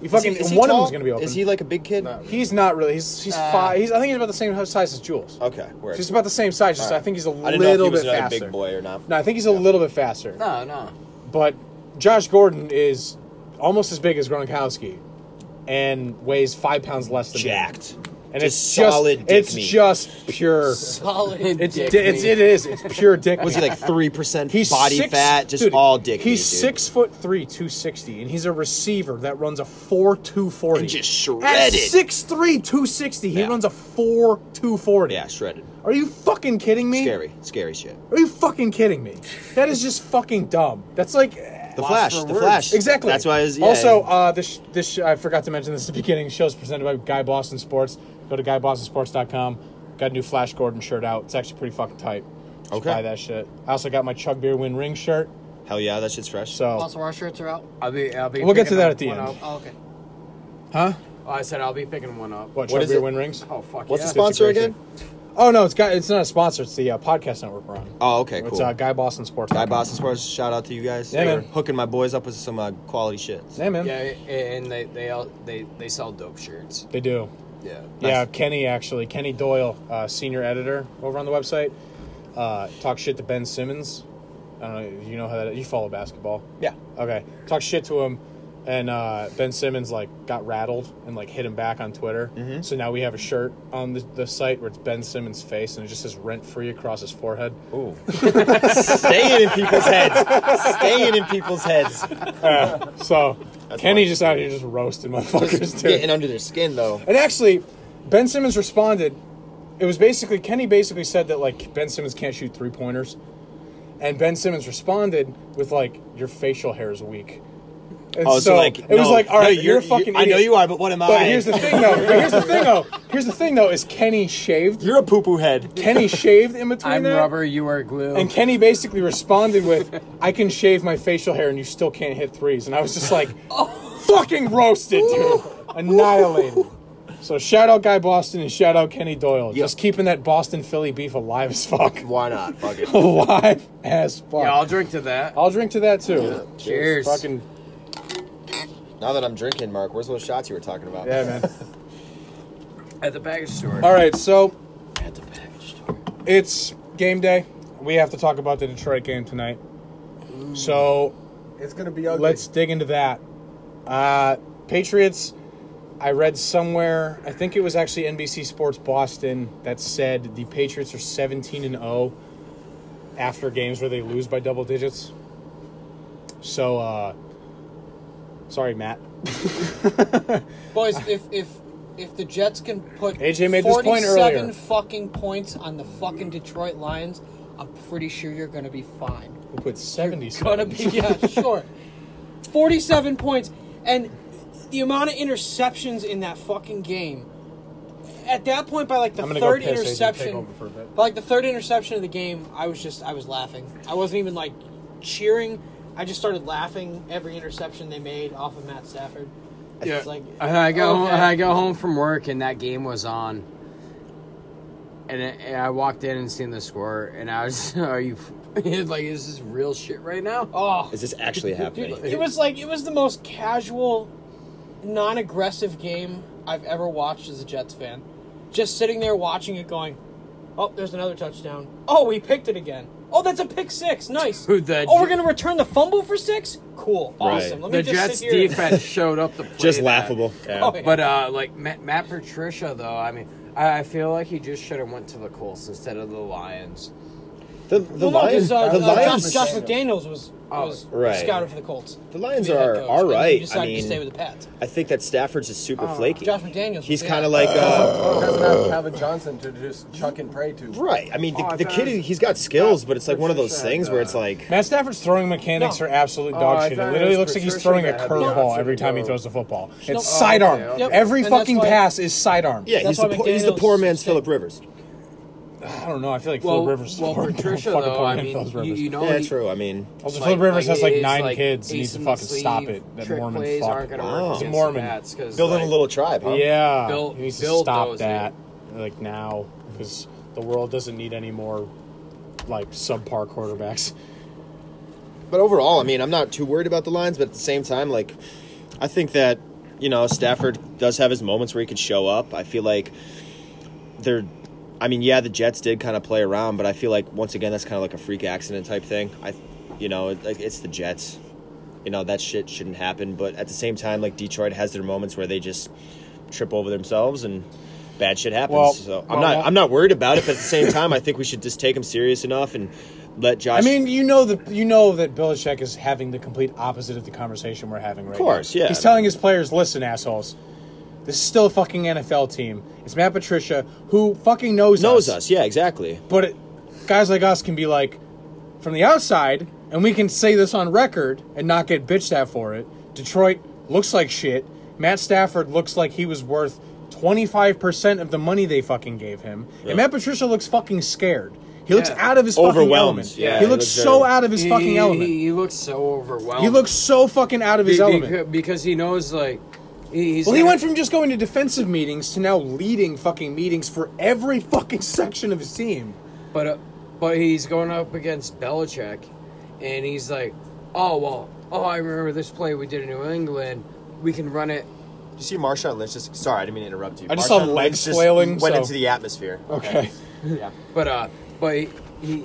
You
Is he-
fucking
is he
one of
tall?
them's gonna be open.
Is he like a big kid?
He's not really. He's he's
Uh,
five. He's I think he's about the same size as Jules.
Okay, word.
He's about the same size. Just
All right.
I think he's a little
I didn't know if he was
bit
another
faster.
big boy or not.
No, I think he's a little bit faster.
No, no.
But Josh Gordon is almost as big as Gronkowski, and weighs five pounds less than jacked. and
Just
it's just
solid dick
it's
meat. [LAUGHS]
just pure
Solid
It's,
dick
di- it's
meat.
it is it's pure dick.
[LAUGHS] Was he
meat. [LAUGHS]
like three percent
He's
body
six-
fat? Just
dude,
all dick.
He's
meat, dude.
six foot three, two sixty, and he's a receiver that runs a four two forty.
And just
At
shredded.
six three, two sixty, he
Yeah.
runs a four two forty.
Yeah, shredded.
Are you fucking kidding me?
Scary, scary shit.
Are you fucking kidding me? That is just fucking dumb. That's like
The Flash,
for
the
words.
Flash.
Exactly.
That's why. it's- Yeah,
also, uh, this this I forgot to mention this at the beginning. The show is presented by Guy Boston Sports. Go to guybostonsports.com. Got a new Flash Gordon shirt out. It's actually pretty fucking tight. Just
Okay.
Buy that shit. I also got my Chug Beer Win Ring shirt.
hell yeah, that shit's fresh.
So,
Also, our shirts are out.
I'll be, I'll be
We'll get to
picking
that
up
at the
one
end.
up.
Oh, okay.
huh?
Oh, I said I'll be picking one up.
What,
What
Chug
is
Beer
it?
Win Rings?
Oh fuck
What's
yeah.
the sponsor
It's a great
again?
shirt. Oh no, it's guy. It's not a sponsor. It's the uh, podcast network we're on.
Oh, okay,
It's
cool.
uh, Guy Boston Sports.
Guy Boston Sports, shout out to you guys.
Yeah,
They were
man.
hooking my boys up with some uh, quality shit.
Yeah, man.
Yeah, and they they all, they they sell dope shirts.
They do.
Yeah.
Yeah, Kenny actually, Kenny Doyle, uh, senior editor over on the website, uh, talk shit to Ben Simmons. I don't know. if You know how that? You follow basketball?
Yeah.
Okay. Talk shit to him, and uh, Ben Simmons like got rattled and like hit him back on Twitter.
Mm-hmm.
So now we have a shirt on the, the site where it's Ben Simmons' face and it just says "rent free" across his forehead. [LAUGHS]
Ooh. Staying in people's heads. Staying in people's heads.
So Kenny
funny.
just out here just roasting motherfuckers. dude.
Getting under their skin though.
And actually, Ben Simmons responded. It was basically Kenny basically said that like Ben Simmons can't shoot three pointers, and Ben Simmons responded with like your facial hair is weak. And
Oh, so, like,
it
no,
was like, all
no,
right, you're,
you're-
a fucking.
you- I know
idiot.
you are, but what am
But
I?
here's
[LAUGHS]
the thing, though. But here's the thing, though. Here's the thing, though. Is Kenny shaved?
You're a poo poo head.
Kenny shaved in between
I'm
that?
[LAUGHS] rubber, you are glue.
And Kenny basically responded with, "I can shave my facial hair, and you still can't hit threes. And I was just like, "Fucking roasted, dude! Annihilated." So shout out Guy Boston and shout out Kenny Doyle. Just keeping that Boston Philly beef alive as fuck. [LAUGHS]
Why not? Fuck it.
alive as fuck.
yeah, I'll drink to that.
I'll drink to that too.
Cheers.
Fucking
[LAUGHS] Now that I'm drinking, Mark, where's those shots you were talking about?
yeah, man.
At the package store.
All right, so
At the package store.
it's game day. We have to talk about the Detroit game tonight. So
It's gonna be ugly.
Let's dig into that. Uh, Patriots, I read somewhere, I think it was actually NBC Sports Boston that said the Patriots are 17 and 0 after games where they lose by double digits. So, uh, sorry, Matt.
Boys, if if if the Jets can put
AJ made this point
47
earlier.
fucking points on the fucking Detroit Lions, I'm pretty sure you're gonna be fine.
We put 70
[LAUGHS] Gonna be yeah, sure. 47 points and the amount of interceptions in that fucking game. At that point, by like the
I'm gonna
third
go piss,
interception,
AJ. Take over for a bit.
by like the third interception of the game, I was just I was laughing. I wasn't even like cheering. I just started laughing every interception they made off of Matt Stafford.
Yeah.
It's like
I go home,
okay.
I go home from work and that game was on. And I, and I walked in and seen the score and I was [LAUGHS] are you like is this real shit right now?
Oh,
Is this actually
[LAUGHS]
happening?
Dude, it was like it was the most casual, non-aggressive game I've ever watched as a Jets fan. Just sitting there watching it, going, "Oh, there's another touchdown. Oh, we picked it again. Oh, that's a pick six. Nice.
Dude, the
oh, we're
J-
gonna return the fumble for six. Cool. Awesome. Let me
The
just
Jets
sit here.
defense showed
[LAUGHS]
up the play
Just
that-
laughable. Yeah.
Oh, yeah.
But uh, like Matt, Matt Patricia, though, I mean, I, I feel like he just should have went to the Colts instead of the Lions.
The, the
Well, no,
Lions,
'cause, uh,
the
uh,
Lions,
Josh, Josh McDaniels was
Oh,
was
Right.
scouted for the Colts.
the Lions
to be the head
are
coach,
all
and he
right.
decided
I
to stay with
mean,
the Pats.
I think that Stafford's is super
Oh,
flaky.
Josh McDaniels,
He's
yeah.
kind of like uh,
doesn't have Calvin Johnson to just chuck and pray to.
right. I mean, the,
Oh, I
the
found-
kid, he's got skills, but it's like one of those
Patricia
things
had,
where
uh,
it's like
Matt Stafford's throwing mechanics
No.
are absolute
Oh, I
dog shit. It
thought it
literally
was
looks like he's
Patricia
throwing a
that had the
curveball
option
every
to
time he
go.
throws the football. It's
okay,
Oh,
sidearm.
okay.
Yep.
Every
And that's
fucking
why-
pass is sidearm.
yeah, he's
That's
the,
why
poor, he's the
McDaniels
poor man's
stayed.
Philip Rivers.
I don't know. I feel like
Well,
Philip Rivers is
well,
more- more
Patricia
fucking
though,
poor
I
than Philip
mean, you,
Rivers.
you know,
Yeah,
Oh, he-
true. I mean,
Also,
like-
Philip Rivers
like,
has like
it is,
nine
like,
kids. He
ace
needs to
in the
fucking stop
sleeve,
it. That
trick
Mormon
plays
fuck.
aren't gonna work
Wow. He's
against
a
the
Mormon.
Pats 'cause,
building
like,
a little tribe, huh?
Yeah,
Build-
he needs to
build
stop
those,
that like now because the world doesn't need any more like subpar quarterbacks.
But overall, I mean, I'm not too worried about the lines, but at the same time, like, I think that, you know, Stafford does have his moments where he could show up. I feel like they're, I mean, yeah, the Jets did kind of play around, but I feel like, once again, that's kind of like a freak accident type thing. I, you know, it, like, it's the Jets. You know, that shit shouldn't happen. But at the same time, like, Detroit has their moments where they just trip over themselves and
bad shit happens.
Well,
so I'm
well,
not
well-
I'm not worried about it, but at the same time, I think we should just take him serious enough and let Josh.
I mean, you know that you know that Belichick is having the complete opposite of the conversation we're having right now.
course, yeah.
He's telling his players, "Listen, assholes, this is still a fucking NFL team. It's Matt Patricia who fucking knows
knows
us.
us, yeah, exactly.
But it, guys like us can be like, from the outside, and we can say this on record and not get bitched at for it. Detroit looks like shit. Matt Stafford looks like he was worth 25% of the money they fucking gave him.
Yeah.
And Matt Patricia looks fucking scared. He looks out of his fucking
Overwhelmed,
element.
yeah,
he
he
looks
looks
so
very-
out of his
He-
fucking
he-
element.
He looks so overwhelmed.
He looks so fucking out of his
Be- beca-
element.
because he knows like he- he's.
well, he
gonna-
went from just going to defensive meetings to now leading fucking meetings for every fucking [LAUGHS] section of his team.
But uh, but he's going up against Belichick, and he's like, "Oh well, oh I remember this play we did in New England. We can run it."
Did you see Marshawn Lynch? Just sorry, I didn't mean to interrupt you.
I just
Marshawn
saw legs
Lynch just
flailing,
Went
so-
into the atmosphere.
Okay.
yeah.
But uh, but he, he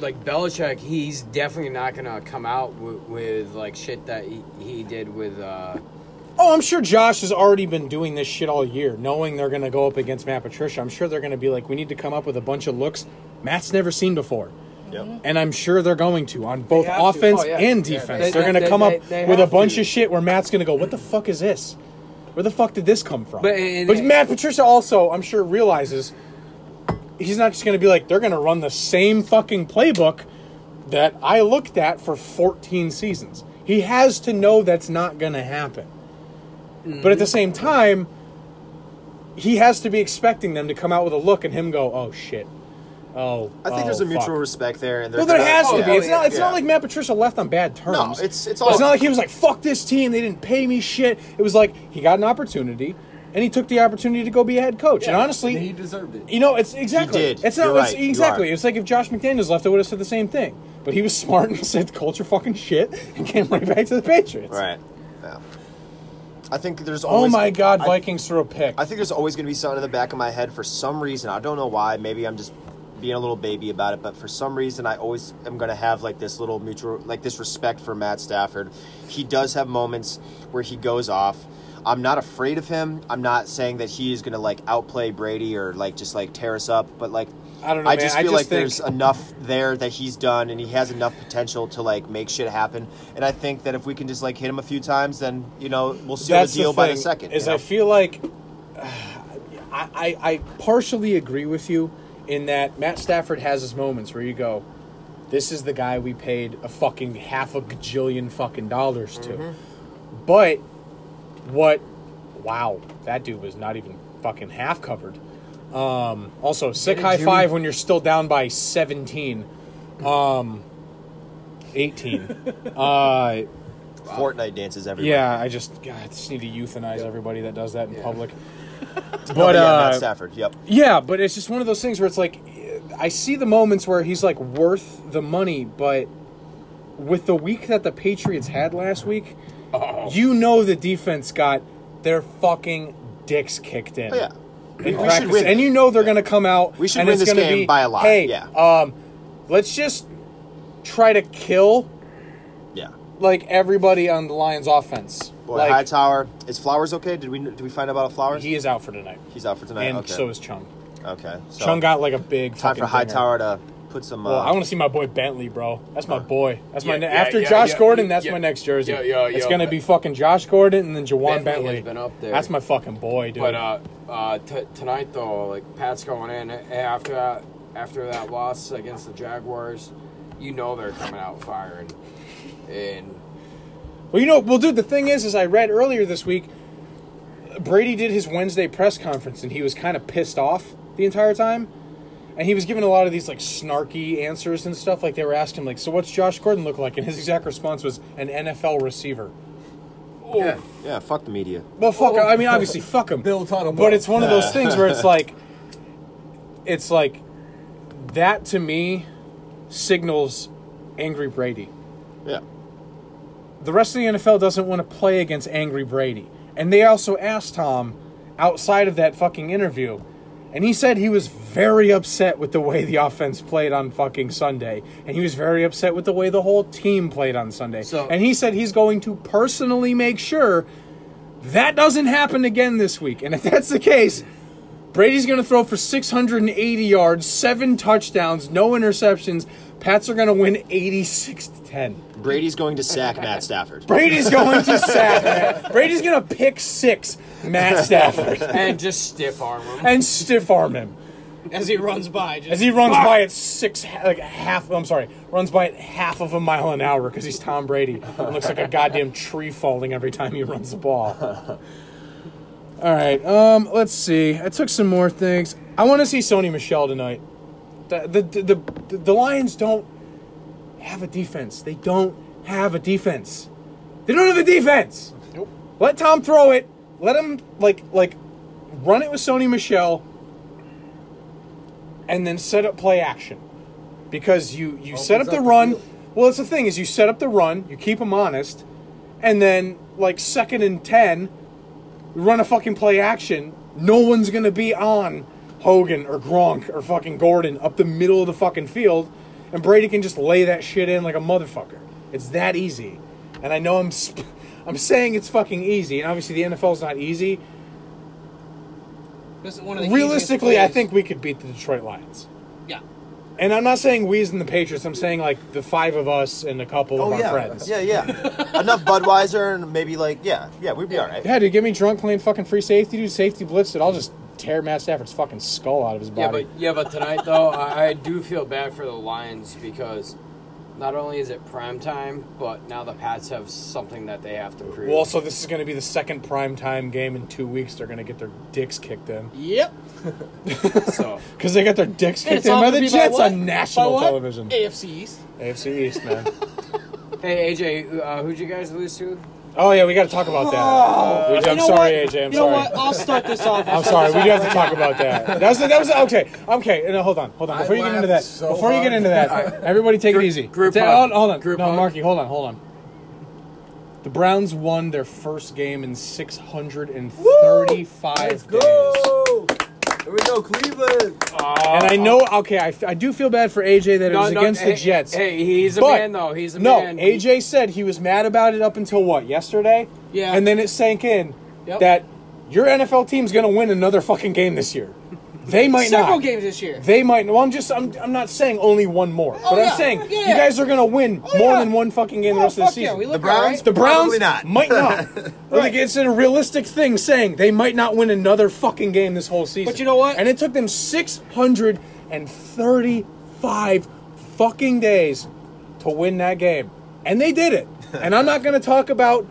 like Belichick, he's definitely not gonna come out with, with like shit that he, he did with uh.
Oh, I'm sure Josh has already been doing this shit all year, knowing they're going to go up against Matt Patricia. I'm sure they're going to be like, we need to come up with a bunch of looks Matt's never seen before.
Yep.
And I'm sure they're going to on both
have to.
offense
Oh, yeah.
and
Yeah,
defense.
they-
they, are
they-
going to
they-
come
they-
up
they
with a
have
bunch
to.
of shit where Matt's going to go, what the fuck is this? Where the fuck did this come from?
But- and-
but Matt Patricia also, I'm sure, realizes he's not just going to be like, they're going to run the same fucking playbook that I looked at for 14 seasons. He has to know that's not going to happen. But
Mm-hmm.
at the same time, he has to be expecting them to come out with a look and him go, "Oh shit." Oh.
I think
oh,
there's a
fuck."
mutual respect there, and they're
Well, there
gonna-
has to be.
yeah.
It's not. It's
Yeah.
not like Matt Patricia left on bad terms.
it's- it's
It's
all-
not like he was like, "Fuck this team. They didn't pay me shit." It was like he got an opportunity, and he took the opportunity to go be a head coach. and honestly,
he deserved it.
you know, it's exactly.
did.
It's not
You're
it's-
right. You
exactly.
are.
It's like if Josh McDaniels left, I would have said the same thing. But he was [LAUGHS] smart and said culture fucking shit and came right back to the Patriots.
Right. Yeah. I think there's
Oh
always.
my God,
I-
Vikings threw a pick.
I think there's always going to be something in the back of my head for some reason. I don't know why. Maybe I'm just being a little baby about it, but for some reason, I always am going to have like this little mutual, like this respect for Matt Stafford. He does have moments where he goes off. I'm not afraid of him. I'm not saying that he is going to like outplay Brady or like just like tear us up, but like
I don't know,
I
man.
just
I
feel
just
like
think-
there's enough there that he's done, and he has enough potential to like make shit happen. And I think that if we can just like hit him a few times, then you know we'll seal the deal by the
thing,
second.
Is
you know?
I feel like [SIGHS] I, I I partially agree with you in that Matt Stafford has his moments where you go, this is the guy we paid a fucking half a gajillion fucking dollars to,
Mm-hmm.
but what? Wow, that dude was not even fucking half covered. Um, also, sick
it,
high
Jimmy.
five when you're still down by seventeen. Um, 18. uh,
Fortnite dances everywhere.
yeah, I just, God, I just need to euthanize everybody that does that in
[LAUGHS]
public.
No,
But,
Oh, yeah,
uh,
Matt Stafford. Yep.
yeah, but it's just one of those things where it's like, I see the moments where he's like worth the money, but with the week that the Patriots had last week,
Oh.
you know the defense got their fucking dicks kicked in.
Oh, yeah. We- we
In
should
practice.
win
And you know they're going to come out.
We should
and
win
it's
this
gonna
game
be,
by a lot,
Hey,
yeah.
um, let's just try to kill
Yeah.
like everybody on the Lions offense.
Boy,
like,
Hightower. Is Flowers okay? Did we did we find out about Flowers?
He is out for tonight.
He's out for tonight.
and
okay.
so is Chung.
okay. So
Chung got like a big
time for
fucking dinger.
Hightower to put some.
Well,
uh,
I want to see my boy Bentley, bro. That's my boy. That's my
Yeah,
ne-
yeah,
after
yeah,
Josh
yeah,
Gordon.
yeah,
That's
yeah.
my next jersey.
Yeah, yeah,
It's
yeah,
gonna
but-
be fucking Josh Gordon and then Jawan
Bentley
Bentley.
has been up there.
That's my fucking boy, dude.
But uh, uh, t- tonight though, like Pat's going in a- after that, after that loss against the Jaguars, you know they're coming out firing, and
well, you know, well, dude. The thing is, is I read earlier this week, Brady did his Wednesday press conference and he was kind of pissed off the entire time. And he was giving a lot of these like snarky answers and stuff. Like they were asking him, like, "So what's Josh Gordon look like?" And his exact response was, "An NFL receiver."
yeah. Yeah. Fuck the media.
Well, fuck. I mean,
[LAUGHS]
obviously, fuck him.
Built on him.
But it's one
[LAUGHS]
of those things where it's like, it's like that to me signals angry Brady.
Yeah.
The rest of the NFL doesn't want to play against angry Brady, and they also asked Tom outside of that fucking interview, and he said he was very upset with the way the [LAUGHS] offense played on fucking Sunday, and he was very upset with the way the whole team played on Sunday,
So-
and he said he's going to personally make sure that doesn't happen again this week. And if that's the case, Brady's going to throw for 680 yards, seven touchdowns, no interceptions. Pats are going to win 86 to 10.
[LAUGHS] Brady's going to sack Matt Stafford.
Brady's going to sack. Matt. Brady's going to pick six Matt Stafford
and just stiff arm him
and stiff arm him
as he runs by. Just
as he runs by at six like half. I'm sorry, runs by at half of a mile an hour because he's Tom Brady and looks like a goddamn tree falling every time he runs the ball. All right. Um, let's see. I took some more things. I want to see Sony Michelle tonight. The the, the the the Lions don't have a defense. They don't have a defense. They don't have a defense. Nope. Let Tom throw it. Let him like like run it with Sony Michelle, and then set up play action because you you set up
Opens
the
up the
run.
field.
well, that's the thing is you set up the run. You keep them honest, and then like second and ten run a fucking play action, no one's gonna be on Hogan or Gronk or fucking Gordon up the middle of the fucking field, and Brady can just lay that shit in like a motherfucker. It's that easy, and I know I'm sp- [LAUGHS] I'm saying it's fucking easy, and obviously the NFL's not easy.
This
[LAUGHS]
is one of the
Realistically, I
easiest plays.
think we could beat the Detroit Lions.
Yeah.
And I'm not saying we as in the Patriots. I'm saying like the five of us and a couple of
Oh
our
yeah,
friends. [LAUGHS]
yeah, yeah. Enough Budweiser and maybe like yeah, yeah, we'd be all right.
Yeah, dude, get me drunk playing fucking free safety, dude. Safety blitz it. I'll just tear Matt Stafford's fucking skull out of his
Yeah,
body.
but yeah, but tonight though, I, I do feel bad for the Lions because not only is it prime time, but now the Pats have something that they have to prove.
Well, also, this is going to be the second primetime game in two weeks. They're going to get their dicks kicked in.
Yep.
[LAUGHS] so, because they got their dicks
And
kicked in by
gonna
the
be
Jets
what?
on national
By what?
television.
AFC East.
AFC East, man.
hey AJ, uh, who'd you guys lose to?
Oh yeah, we got to talk about that.
Oh.
We- I'm
You know
sorry,
what?
AJ. I'm
You know
sorry.
what? I'll start this
[LAUGHS]
off. I'll
I'm sorry.
start this
We do
off
have to talk about that. That was that was okay. Okay, no, hold on, hold on.
I
Before you get into that,
laughed so
before you get
hard.
into
[LAUGHS]
that, everybody take it easy.
group
Ta-
hug.
hold, hold on,
Group
no,
hug.
Marky, hold on, hold on. The Browns won their first game in 635 days.
go. Here we go, Cleveland.
And I know, okay, I, f- I do feel bad for AJ that it
No,
was
no,
against
hey,
the Jets.
hey, he's a
But-
man, though. He's a
no,
man.
No, AJ said he was mad about it up until what, yesterday?
Yeah.
And then it sank in
Yep.
that your NFL team's going to win another fucking game this year. They might
Several
not.
games this year.
They might. Well, I'm just. I'm. I'm not saying only one more, but
yeah.
I'm saying
Yeah,
you
yeah. Oh,
guys are gonna win more than one fucking game the rest of the
fuck yeah,
season.
we look The Browns? alright.
The Browns
Probably not.
might not. I think it's a realistic thing saying they might not win another fucking game this whole season. But you know what? And it took them 635 fucking days to win that game, and they did it. and I'm not gonna talk about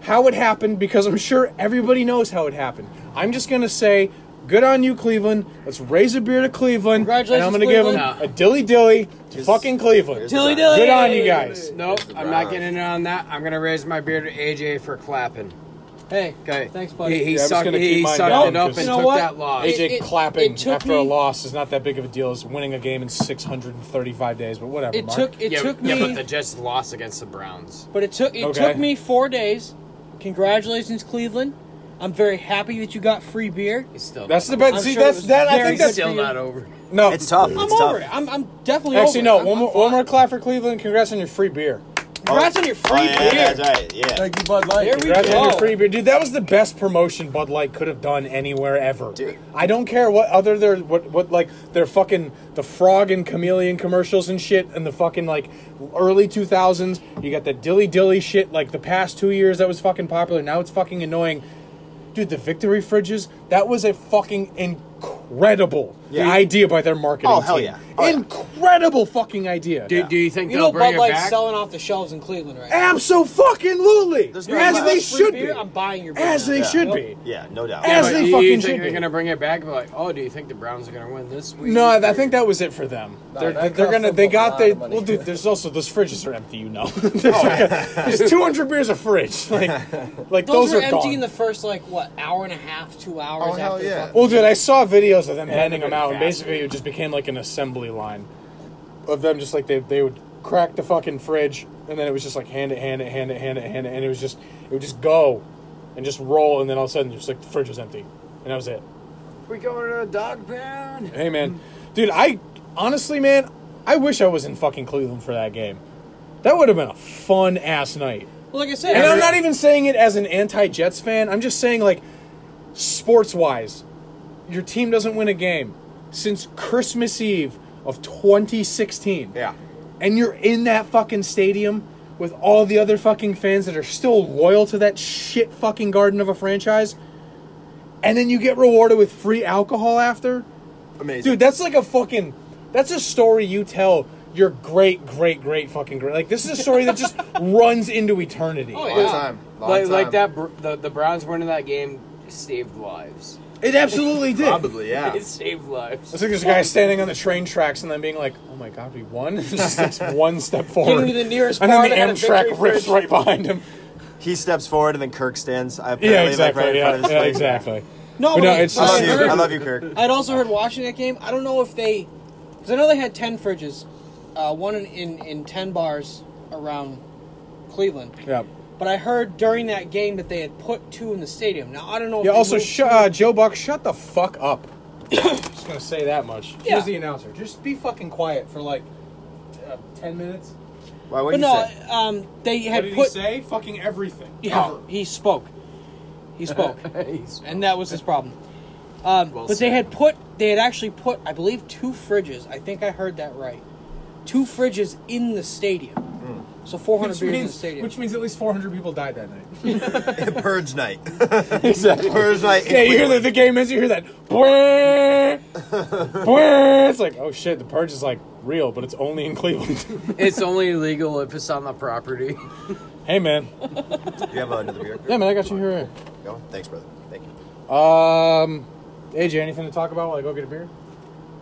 how it happened because I'm sure everybody knows how it happened. I'm just gonna say, good on you, Cleveland. Let's raise a beer to Cleveland.
Congratulations,
And I'm gonna give
Cleveland.
them a dilly dilly to fucking Cleveland. Good on you guys.
Nope, I'm not getting in on that. I'm gonna raise my beer to AJ for clapping.
Hey,
okay,
thanks, buddy.
He, he
Yeah, I'm just
sucked,
gonna
he,
keep
he
mine
sucked
down
it up and
because-
took that loss.
AJ clapping
it took
after a
me-
loss is not that big of a deal as winning a game in 635 days, but whatever.
It
Mark.
took- it
yeah,
took
yeah,
me-
but the Jets lost against the Browns.
But it took it
Okay.
took me four days. Congratulations, Cleveland. I'm very happy that you got free beer.
He's still
That's the best.
I'm
See,
sure it
that's
was
that. I
very
think that's
good for you.
No,
it's tough.
I'm
It's tough.
over it. I'm, I'm definitely
Actually,
over
no. One more, one more clap for Cleveland. Congrats on your free beer.
Congrats on your free
Oh, yeah,
beer.
that's right. Yeah.
Thank you, Bud
Light. There we
Congrats on
go.
your free beer, dude. That was the best promotion Bud Light could have done anywhere ever. I don't care what other their what what like their fucking the frog and chameleon commercials and shit and the fucking like early two thousands. You got the dilly dilly shit like the past two years that was fucking popular. Now it's fucking annoying. Dude, the victory fridges, that was a fucking incredible
Yeah.
idea by their marketing
Oh, hell
team.
yeah. Oh, yeah.
incredible fucking idea.
Do, do you think
You
they'll
know
bring
Bud
it
Light's
back?
selling off the shelves in Cleveland right now.
Absolutely.
You're
As
gonna give
they
us free
should
beer?
be.
I'm buying your beer.
As they
now.
should
Yep.
be.
Yeah, no doubt.
As
but
they
do you
fucking
think
should
They're
be.
gonna bring it back. and be Like, oh, do you think the Browns are gonna win this week?
No, I I think that was it for them.
No,
they're
that
they're- they're
cost
gonna
them
they
a
got
lot
they
of money. Oh,
well, dude. There's also those fridges are empty. You know, [LAUGHS] there's, two hundred beers a fridge.
[LAUGHS]
Like like those,
those, were
are
empty
gone.
in the first like what hour and a half, two hours.
Oh,
after
hell
the fucking-
well, dude, I saw videos of them
Yeah,
handing
they're
them out, and
faster.
basically it just became like an assembly line of them. Just like they they would crack the fucking fridge, and then it was just like hand it, hand it, hand it, hand it, hand it, and it was just it would just go and just roll, and then all of a sudden just like the fridge was empty, and that was it.
we going to a dog pound.
Hey man, dude, I honestly, man, I wish I was in fucking Cleveland for that game. That would have been a fun ass night.
Well, like I said,
And I'm not even saying it as an anti Jets fan. I'm just saying, like, sports wise, your team doesn't win a game since Christmas Eve of 2016. Yeah. And you're in that fucking stadium with all the other fucking fans that are still loyal to that shit fucking garden of a franchise. And then you get rewarded with free alcohol after?
Amazing.
Dude, that's like a fucking that's a story you tell your great great great fucking great. Like this is a story that
[LAUGHS]
just runs into eternity.
Oh, like, like that, Br- the, the Browns winning that game saved lives.
It absolutely did. [LAUGHS]
it saved lives.
It's like this guy standing on the train tracks and then being like, "Oh my god, we won!" [LAUGHS] just takes one step forward,
to the nearest
and then the
bar that had a victory
Amtrak rips
fridge.
right behind him.
He steps forward and then Kirk stands. I
Yeah,
apparently,
exactly.
Like right in
yeah,
front of his
yeah,
face.
exactly.
No,
But
but
no,
wait,
it's- I love you. I [LAUGHS] love you, Kirk.
I'd also heard watching that game. I don't know if they, because I know they had ten fridges, uh, one in, in in ten bars around Cleveland.
Yeah.
But I heard during that game that they had put two in the stadium. Now I don't know.
Yeah.
if they
Also,
moved-
sh- uh, Joe Buck, shut the fuck up. just gonna say that much.
Yeah.
Here's the announcer. Just be fucking quiet for like uh, ten minutes.
Why?
but no, um, they
What
had
did
put.
he say? Fucking everything. Oh.
Yeah, he spoke. He spoke, and that was his problem. Um, but they had put, they had actually put, I believe, two fridges. I think I heard that right. Two fridges in the stadium, so 400
Which
beers in the
means,
stadium.
which means at least 400 people died that night.
[LAUGHS]
[LAUGHS]
Purge night.
exactly.
Purge night. in
[LAUGHS] Yeah, you hear
Cleveland.
that the game is, you hear that. "Bwah, bwah." it's like, oh shit, the purge is like real, but it's only in Cleveland. [LAUGHS]
It's only illegal if it's on the property.
hey, man.
You have another beer?
Yeah, man, I got you here.
Go. Thanks, brother. Thank you.
Um, AJ, anything to talk about while I go get a beer?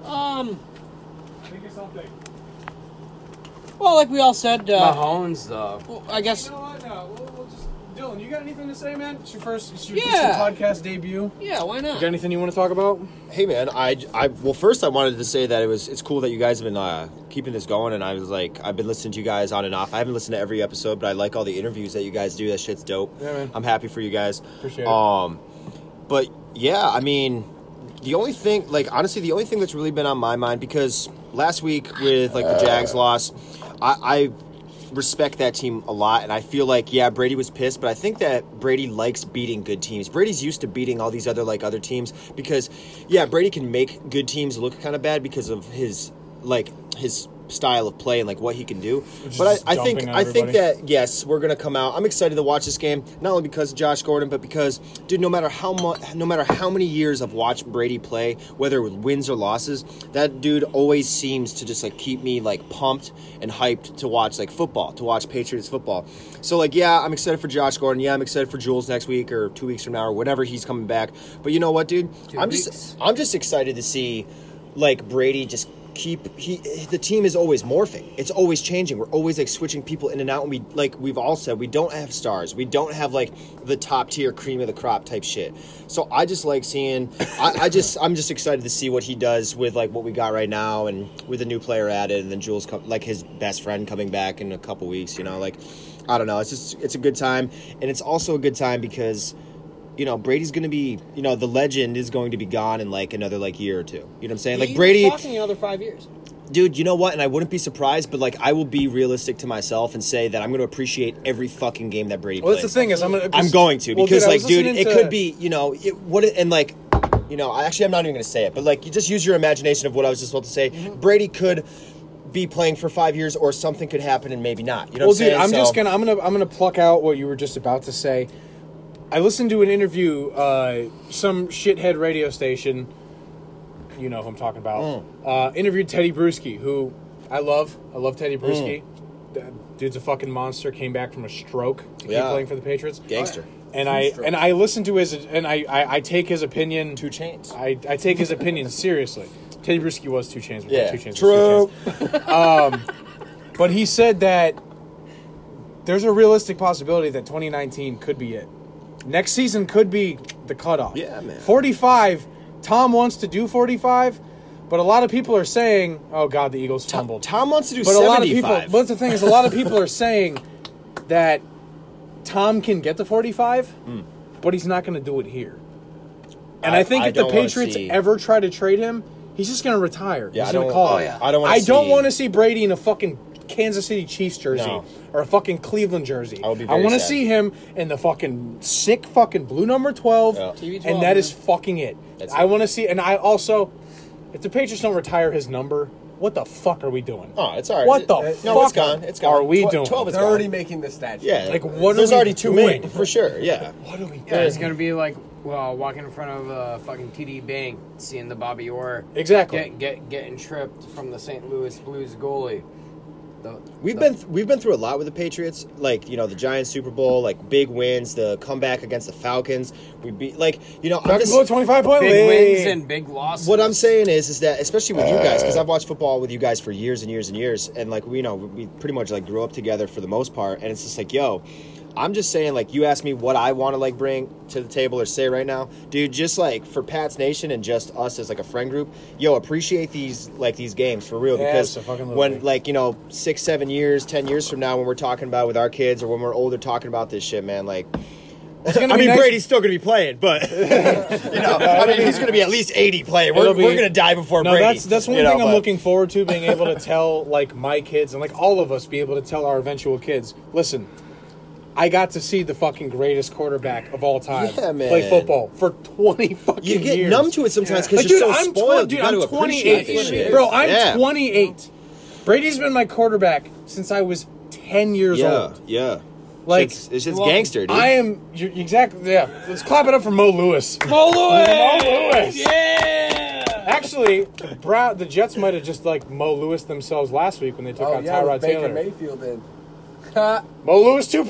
um,
Think of something.
well, like we all said, uh,
Mahomes, though.
well, I guess,
what? No, we'll, we'll just.
Um,
Dylan, you got anything to say, man? It's your first, it's your,
Yeah.
it's your podcast debut.
yeah, why
You
not?
got anything you want to talk about?
Hey man, I, I well first I wanted to say that it was it's cool that you guys have been uh, keeping this going, and I was like I've been listening to you guys on and off. I haven't listened to every episode, but I like all the interviews that you guys do. That shit's dope.
Yeah, man.
I'm happy for you guys.
Appreciate it.
Um, but yeah, I mean, the only thing, like honestly, the only thing that's really been on my mind because last week with like the Jags loss, I, I respect that team a lot, and I feel like yeah, Brady was pissed, but I think that Brady likes beating good teams. Brady's used to beating all these other like other teams because yeah, Brady can make good teams look kind of bad because of his like his style of play and like what he can do.
is
But
just
I, I think
dumping on
I think
everybody.
that yes, we're gonna come out. I'm excited to watch this game, not only because of Josh Gordon, but because, dude, no matter how much, no matter how many years I've watched Brady play, whether with wins or losses, that dude always seems to just like keep me like pumped and hyped to watch like football, to watch Patriots football. So like, yeah, I'm excited for Josh Gordon. Yeah, I'm excited for Jules next week or two weeks from now or whenever he's coming back. But you know what, dude? I'm just I'm just excited to see like Brady just keep he the team is always morphing. It's always changing. We're always like switching people in and out and we like we've all said we don't have stars. We don't have like the top tier cream of the crop type shit. So I just like seeing I, I just I'm just excited to see what he does with like what we got right now and with a new player added and then Jules com- like his best friend coming back in a couple weeks, you know, like I don't know. It's just it's a good time and it's also a good time because you know, Brady's going to be, you know, the legend is going to be gone in like another like year or two. You know what I'm saying? Like
He's
Brady,
talking another five years.
dude, you know what? And I wouldn't be surprised, but like I will be realistic to myself and say that I'm going to appreciate every fucking game that Brady
Well,
plays.
that's the thing is, I'm gonna.
I'm going to
Well,
because
I
like,
was
dude,
listening
it
to-
could be, you know, it what it- and like, you know, I actually I'm not even going to say it, but like, you just use your imagination of what I was just about to say.
Mm-hmm.
Brady could be playing for five years, or something could happen and maybe not. You know,
well,
what I'm
dude,
saying?
I'm
So-
just gonna I'm gonna I'm gonna pluck out what you were just about to say. I listened to an interview, uh, some shithead radio station. You know who I'm talking about.
Mm.
Uh, interviewed Teddy Bruschi, who I love. I love Teddy Bruschi. That Dude's a fucking monster. Came back from a stroke to keep
Mm. Yeah.
playing for the Patriots.
Gangster.
And I and I listen to his and I I, I take his opinion.
two chains.
I, I take his opinion seriously. Teddy Bruschi was two chains. Before
Yeah,
two chains. was
true.
Two chains. um, but he said that there's a realistic possibility that 2019 could be it. Next season could be the cutoff.
Yeah, man.
45. Tom wants to do 45, but a lot of people are saying, "Oh God, the Eagles fumbled."
Tom wants to do
but a
75.
lot of people. But the thing is, a
[LAUGHS]
lot of people are saying that Tom can get to 45, but he's not going to do it here. And I,
Hmm. I-
think
I
if the
don't wanna
Patriots
see-
ever try to trade him, he's just going to retire.
Yeah,
he's
I
going to
don't-
call
oh,
it.
yeah. I don't wanna
I don't
see-
want to see Brady in a fucking Kansas City Chiefs jersey
No.
or a fucking Cleveland jersey. I,
would be very
want to
sad.
see him in the fucking sick fucking blue number 12,
Yeah. TV 12,
and that is
man.
fucking it.
That's
I
it.
want to see, and I also, if the Patriots don't retire his number, what the fuck are we doing?
Oh, it's all right.
What the
It-
fuck
no, it's gone. It's gone.
are we
Tw-
doing?
12 is
They're already making the statue.
Yeah,
Like, what are
There's
we
already two
doing?
made for sure. Yeah.
What are we
Yeah, it's gonna be like well, walking in front of a fucking TD Bank, seeing the Bobby Orr
Exactly.
get, get getting tripped from the St. Louis Blues goalie. The,
We've been th- we've been through a lot with the Patriots, like you know the Giants Super Bowl, like big wins, the comeback against the Falcons. We beat like you know
Falcons blew a 25-point Big lead. wins and
big losses.
What I'm saying is, is that especially with you guys, because I've watched football with you guys for years and years and years, and like we you know we pretty much like grew up together for the most part, and it's just like yo. I'm just saying, like you asked me what I want to like bring to the table or say right now, dude. Just like for Pat's Nation and just us as like a friend group, yo, appreciate these like these games for real
Yeah,
because
it's a fucking little
when
league.
like you know six seven years ten years from now when we're talking about it with our kids or when we're older talking about this shit man like
It's gonna
I
be
mean
nice-
Brady's still gonna be playing but you know I mean he's gonna be at least 80 playing we're,
It'll be-
we're gonna die before
no,
Brady
that's that's one
you know,
thing I'm
but-
looking forward to being able to tell like my kids and like all of us be able to tell our eventual kids. Listen, I got to see the fucking greatest quarterback of all time
Yeah, man.
play football for 20 fucking years.
You get numb to it sometimes 'cause
Like,
you're
dude,
so
I'm twen-
spoiled. You
dude, I'm
gotta appreciate
28,
this shit.
bro. I'm
Yeah.
28. Brady's been my quarterback since I was 10 years
yeah
old.
yeah
Like
it's, it's just gangster dude
I am you're, exactly yeah. Let's clap it up for Mo Lewis.
Mo Lewis!
Mo Lewis.
Yeah.
Actually, Brown, the Jets might have just like Mo Lewis themselves last week when they took
Oh
out
yeah,
Tyrod
with Baker
Taylor.
Mayfield in.
[LAUGHS] Mo Lewis oh!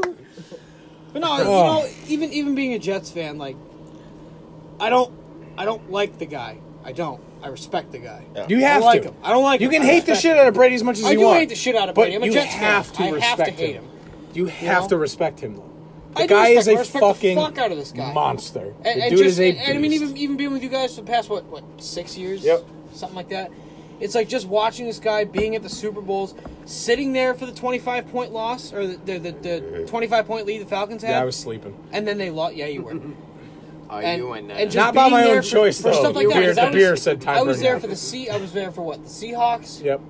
2.0.
But no, you
Oh.
know, even even being a Jets fan, like, I don't, I don't like the guy. I don't. I respect the guy.
You
I
have
don't like
to.
him. I don't like.
You can
him. I
hate the
respect
shit
him.
out of Brady as much as
I
you
do
want.
hate the shit out of
but
Brady. I'm a
you
Jets fan.
have to
I
respect
have to hate him.
You have
know?
to respect him though. The
I do
guy
respect
is
him. I
a
respect the
fucking
fuck out of this guy.
monster.
And,
the
and
dude
just,
is a
and, and I mean,
beast.
even even being with you guys for the past what what six years,
Yep.
something like that. It's like just watching this guy being at the Super Bowls, sitting there for the twenty-five point loss or the the, the, the twenty-five point lead the Falcons had.
yeah, I was sleeping.
And then they lost. Yeah, you were.
[LAUGHS] Oh,
and,
you went nuts.
and just
Not by
being
my
there
own
for-
choice,
for
though.
Stuff like
The
that, 'cause
beer-
I
the
was,
beer said time
I was
burnout.
there for the sea. I was there for what? The Seahawks.
Yep.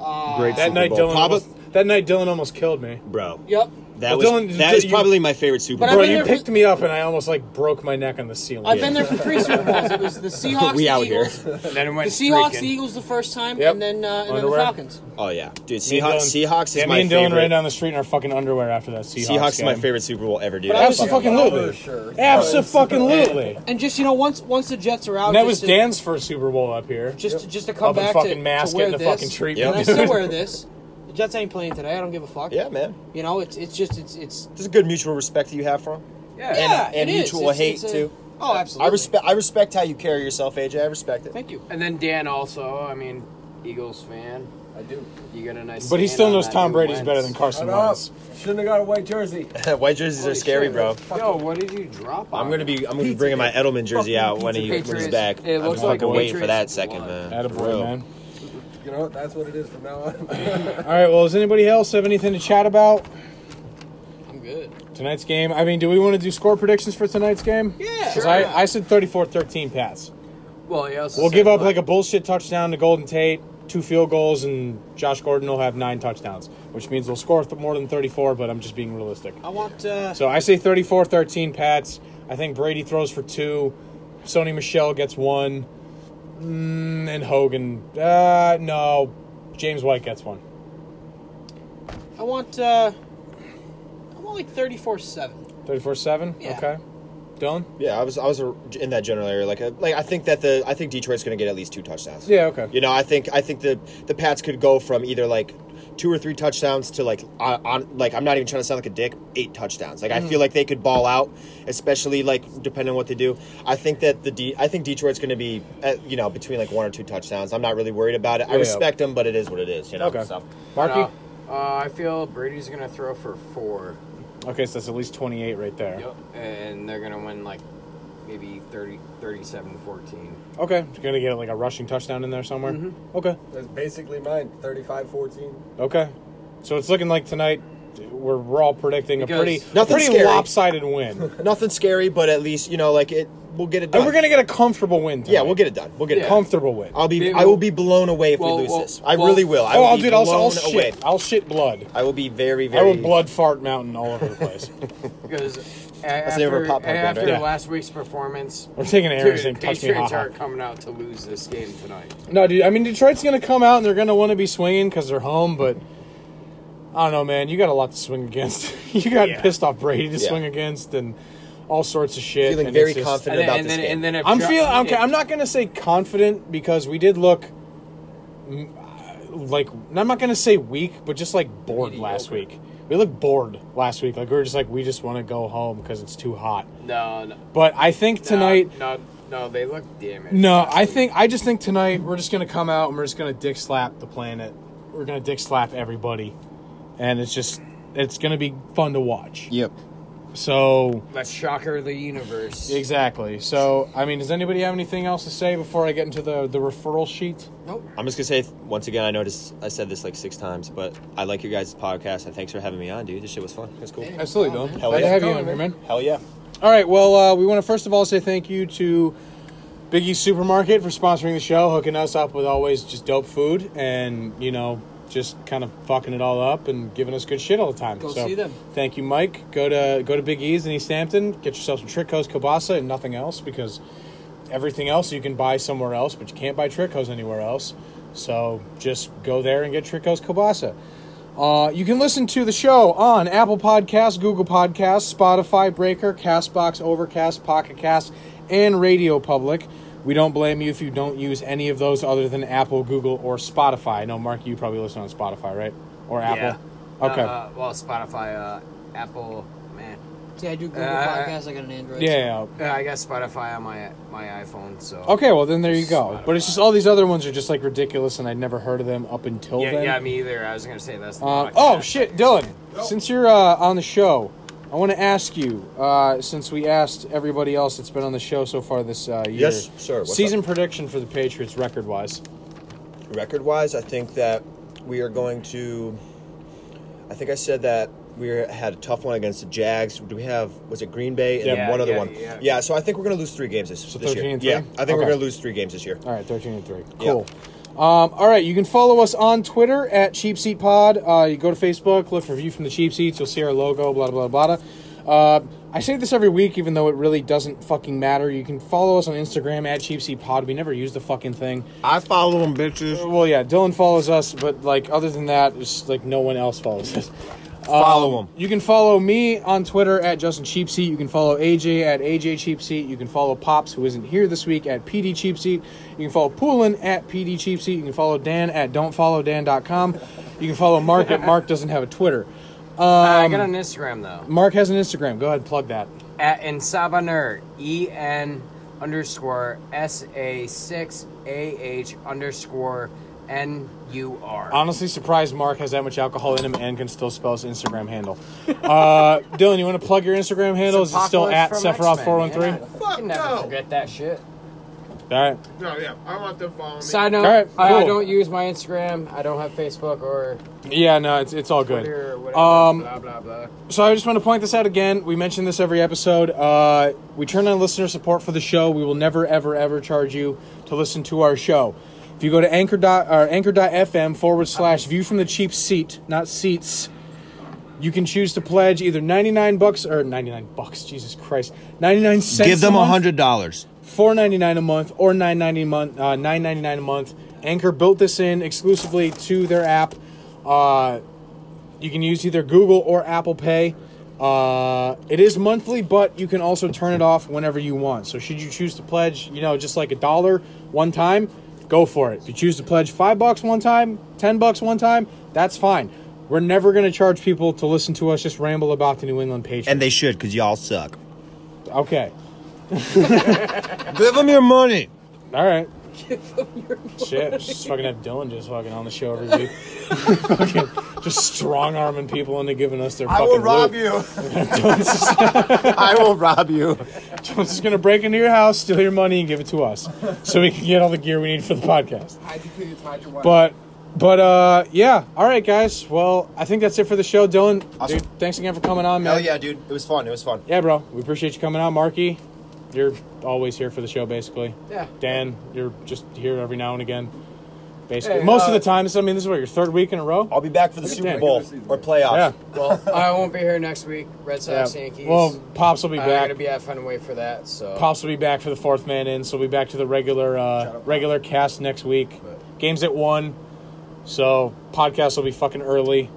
Uh,
that night, Dylan.
Papa-
Almost, that night, Dylan almost killed me,
bro.
Yep.
that
Well,
was
Dylan,
that
you-
is probably my favorite Super Bowl
Bro, you picked me up and I almost like broke my neck on the ceiling.
I've been there for three Super Bowls.
[LAUGHS]
It was the Seahawks,
We
the
out here.
Eagles,
And then it went
the Seahawks,
streaking.
the Eagles the first time,
Yep.
and then uh, and then the
Underwear.
Falcons.
oh yeah dude
Me and
Seahawks
Dylan-
Seahawks
yeah,
is my
me and Dylan ran
favorite
down the street in our fucking underwear after that Seahawks.
Seahawks is my
game.
favorite Super Bowl ever dude
But
I
absolutely.
fucking-
Absolutely.
And just you know, once once the Jets are out,
And that
just
was
to-
Dan's first Super Bowl up here.
Just just to come
Up in
back
fucking
to,
mask,
to wear
getting the
this,
fucking treatment.
And I still wear this. The Jets ain't playing today. I don't give a fuck.
Yeah, man.
You know, it's it's just it's it's
there's a good mutual respect that you have for him
yeah,
and, and
it is.
mutual
It's-
hate
it's a-
too
Oh,
I
absolutely.
respect I respect how you carry yourself AJ I respect it
thank you
And then Dan also, I mean, Eagles fan. I do. You got a nice.
But he
stand
still
on
knows
that
Tom
new
Brady's
Wentz.
better than Carson
Shut up.
Wentz.
Shouldn't have got a white jersey.
White jerseys are
Holy
scary,
shit,
bro.
Yo, what did you drop?
I'm
on?
gonna be I'm gonna be bringing my Edelman jersey out when he when he's
Patriots.
back.
It
I'm
looks like
fucking waiting for that
Patriots
second, man.
Attaboy,
For real.
man.
You know, that's what it is from now on.
All right. Well, does anybody else have anything to chat about
I'm good.
tonight's game? I mean, do we want to do score predictions for tonight's game? Yeah. Because I,
sure.
I said 34-13 Pats.
Well, yeah. also
We'll
said,
give up like a bullshit touchdown to Golden Tate, two field goals, and Josh Gordon will have nine touchdowns, which means we'll score th- more than 34. But I'm just being realistic.
I want uh,
So I say 34 13 Pats. I think Brady throws for two. Sony Michelle gets one. Mm, and Hogan. Uh, no. James White gets one.
I want uh, I want like 34 seven.
34 7?
Yeah.
Okay. Dylan?
Yeah, I was I was uh, in that general area. Like uh, like I think that the I think Detroit's gonna get at least two touchdowns.
Yeah, okay.
You know, I think I think the the Pats could go from either like two or three touchdowns to like on, on like I'm not even trying to sound like a dick, eight touchdowns. Like I
Mhm.
feel like they could ball out, especially like depending on what they do. I think that the D, I think Detroit's going to be at, you know between like one or two touchdowns. I'm not really worried about it. I
Yeah.
respect them, but it is what it is. You know. So.
Marky?
No, uh, I feel Brady's gonna throw for four.
Okay, so that's at least 28 right there.
And they're gonna win like maybe 30, 37-14.
Okay. You're going to get like a rushing touchdown in there somewhere? Okay.
That's basically mine. 35-14.
Okay. So it's looking like tonight predict we're, we're all predicting
Because-
a pretty a
Nothing
pretty
scary. [LAUGHS]
lopsided win.
Nothing scary, but at least you know, like it. We'll get it done.
And we're gonna get a comfortable win.
Yeah, we'll get it done. We'll get it. Done.
comfortable win.
I'll be. I will be blown away if
Well,
we lose
well,
this. I
well-
really will. I
Oh,
will
I'll
be
do it. I'll- I'll
blown
shit.
away.
I'll shit blood.
I will be very,
I
very.
would blood fart mountain all over the place.
Because
That's
after,
the name of our pop punk band,
after
right? Yeah.
last
[LAUGHS]
week's performance,
We're taking an Arizona
dude,
Touch Me
Patriots
Ha Ha.
are coming out to lose this game tonight.
No, dude. I mean, Detroit's gonna come out and they're gonna want to be swinging because they're home. But I don't know, man. You got a lot to swing against. [LAUGHS] you got
Yeah.
pissed off Brady to
Yeah.
swing against and all sorts of shit.
Feeling
and
very
it's just-
confident And then- about and this then- game. and then if
I'm
Ja-
feeling. Okay,
if-
I'm not gonna say confident because we did look. mm, uh, Like I'm not gonna say weak, but just like bored last week. We looked bored last week. Like we were just like we just want to go home because it's too hot.
No, no,
But I think tonight
no, no, they look damaged.
no, I think I just think tonight we're just gonna come out and we're just gonna dick slap the planet. We're gonna dick slap everybody, and it's just it's gonna be fun to watch.
Yep.
So
Let's shocker of the universe.
exactly. So I mean, does anybody have anything else to say before I get into the the referral sheet?
Nope.
I'm just gonna say th- once again. I noticed I said this like six times, but I like your guys' podcast and thanks for having me on, dude. This shit was fun. It was cool.
Absolutely, Dylan.
Hell
Glad
yeah.
to have you on here, man.
Hell yeah.
All right. Well, uh, we want to first of all say thank you to Biggie Supermarket for sponsoring the show, hooking us up with always just dope food, and you know, just kind of fucking it all up and giving us good shit all the time.
Go
So,
see them.
Thank you, Mike. Go to go to Big E's in East Hampton. Get yourself some Trick Hose kielbasa and nothing else because everything else you can buy somewhere else, but you can't buy Trick Hose anywhere else. So just go there and get Trick Hose kielbasa. Uh, you can listen to the show on Apple Podcasts, Google Podcasts, Spotify, Breaker, Castbox, Overcast, Pocket Cast, and Radio Public. We don't blame you if you don't use any of those other than Apple, Google, or Spotify. I know, Mark, you probably listen on Spotify, right? Or Apple?
Yeah.
Okay.
Uh, uh, well, Spotify, uh, Apple, man.
See, I do Google
Uh,
Podcasts. I got an Android.
Yeah,
Yeah, I got Spotify on my my iPhone. So
Okay, well then there you go. But it's just all these other ones are just like ridiculous, and I'd never heard of them up until
yeah,
then.
yeah, me either. I was gonna say that's. The
Uh,
podcast.
oh shit, Dylan! Since you're uh, on the show, I want to ask you. Uh, since we asked everybody else that's been on the show so far this uh, year,
Yes, sir. What's
season prediction for the Patriots record-wise.
record wise, I think that we are going to. I think I said that we are- had a tough one against the Jags. Do we have was it Green Bay and
Yeah.
then
Yeah,
one other
yeah,
one?
yeah.
so I think we're going to lose three games this, this
13
year.
and three?
Yeah, I think we're
Okay.
going to lose three games this year.
All right, thirteen and three.
Yeah.
Cool. Um, all right, you can follow us on Twitter at Cheap Seat Pod. Uh, you go to Facebook, look for View from the Cheap Seats. You'll see our logo. Blah blah blah. blah. Uh, I say this every week, even though it really doesn't fucking matter. You can follow us on Instagram at Cheap Seat Pod. We never use the fucking thing.
I follow them, bitches.
Well, yeah, Dylan follows us, but like other than that, it's like no one else follows us. Um,
Follow 'em.
You can follow me on Twitter at Justin Cheapseat. You can follow AJ at AJ Cheapseat. You can follow Pops, who isn't here this week, at PD Cheapseat. You can follow Poolin at PD Cheapseat. You can follow Dan at don'tfollowdan.com. You can follow Mark at Mark doesn't have a Twitter. Um,
I got an Instagram though.
Mark has an Instagram. Go ahead, plug that.
At Ensabaner, E N underscore S A six A H underscore N U R.
Honestly, surprised Mark has that much alcohol in him and can still spell his Instagram [LAUGHS] handle. Uh, Dylan, you want to plug your Instagram handle? Is it still at Sephiroth413?
Fuck never forget that shit.
All right.
No, yeah, I want them following me.
Side note:
All right,
I, I
cool.
don't use my Instagram. I don't have Facebook or
Yeah, no, it's, it's all good.
Twitter or whatever.
Um,
blah blah blah.
So I just want to point this out again. We mention this every episode. Uh, we turn on listener support for the show. We will never, ever, ever charge you to listen to our show. If you go to anchor dot, or anchor.fm forward slash view from the cheap seat, not seats, you can choose to pledge either 99 bucks or 99 bucks. Jesus Christ. 99 cents.
Give them
a
a
month.
hundred dollars.
Four ninety nine a month or nine ninety month uh, nine ninety nine a month. Anchor built this in exclusively to their app. Uh, you can use either Google or Apple Pay. Uh, it is monthly, but you can also turn it off whenever you want. So should you choose to pledge, you know, just like a dollar one time, go for it. If you choose to pledge five bucks one time, ten bucks one time, that's fine. We're never going to charge people to listen to us just ramble about the New England Patriots.
and they should because y'all suck.
Okay.
Give them your money.
All right. Shit, just fucking have Dylan just fucking on the show every week. [LAUGHS] fucking just strong arming people into giving us their
I
fucking
will rob
loot.
you.
[LAUGHS] I will rob you. Jones is gonna break into your house, steal your money, and give it to us, so we can get all the gear we need for the podcast.
Hide your kids, hide your wife.
But But uh, yeah, all right, guys. Well, I think that's it for the show, Dylan. Dude, thanks again for coming on, man.
Hell yeah, dude. It was fun. It was fun.
Yeah, bro. We appreciate you coming out, Marky. You're always here for the show, basically.
Yeah.
Dan, you're just here every now and again. Basically,
Hey,
most
uh,
of the time. This, I mean, this is what your third week in a row. I'll
be back for the Super Bowl or
Yeah.
playoffs.
[LAUGHS]
Well, I won't be here next week. Red Sox,
Yeah.
Yankees.
Well, Pops will be
I'm
back.
gonna be at Fun and Wait for that. So
Pops will be back for the fourth man in, so we'll be back to the regular uh, regular cast next week. Games at one, so podcast will be fucking early.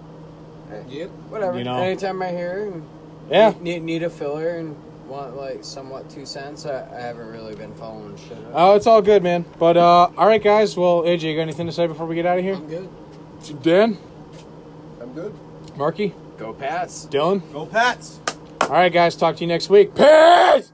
Yep. Whatever.
You know.
Anytime I hear and
Yeah.
need, need a filler and want like somewhat two cents, I, I haven't really been following shit. Up.
Oh, it's all good, man. But uh, all right, guys. Well, AJ, you got anything to say before we get out of here? I'm
good.
Dan,
I'm good.
Marky,
go Pats.
Dylan,
go Pats.
All right, guys. Talk to you next week. Peace.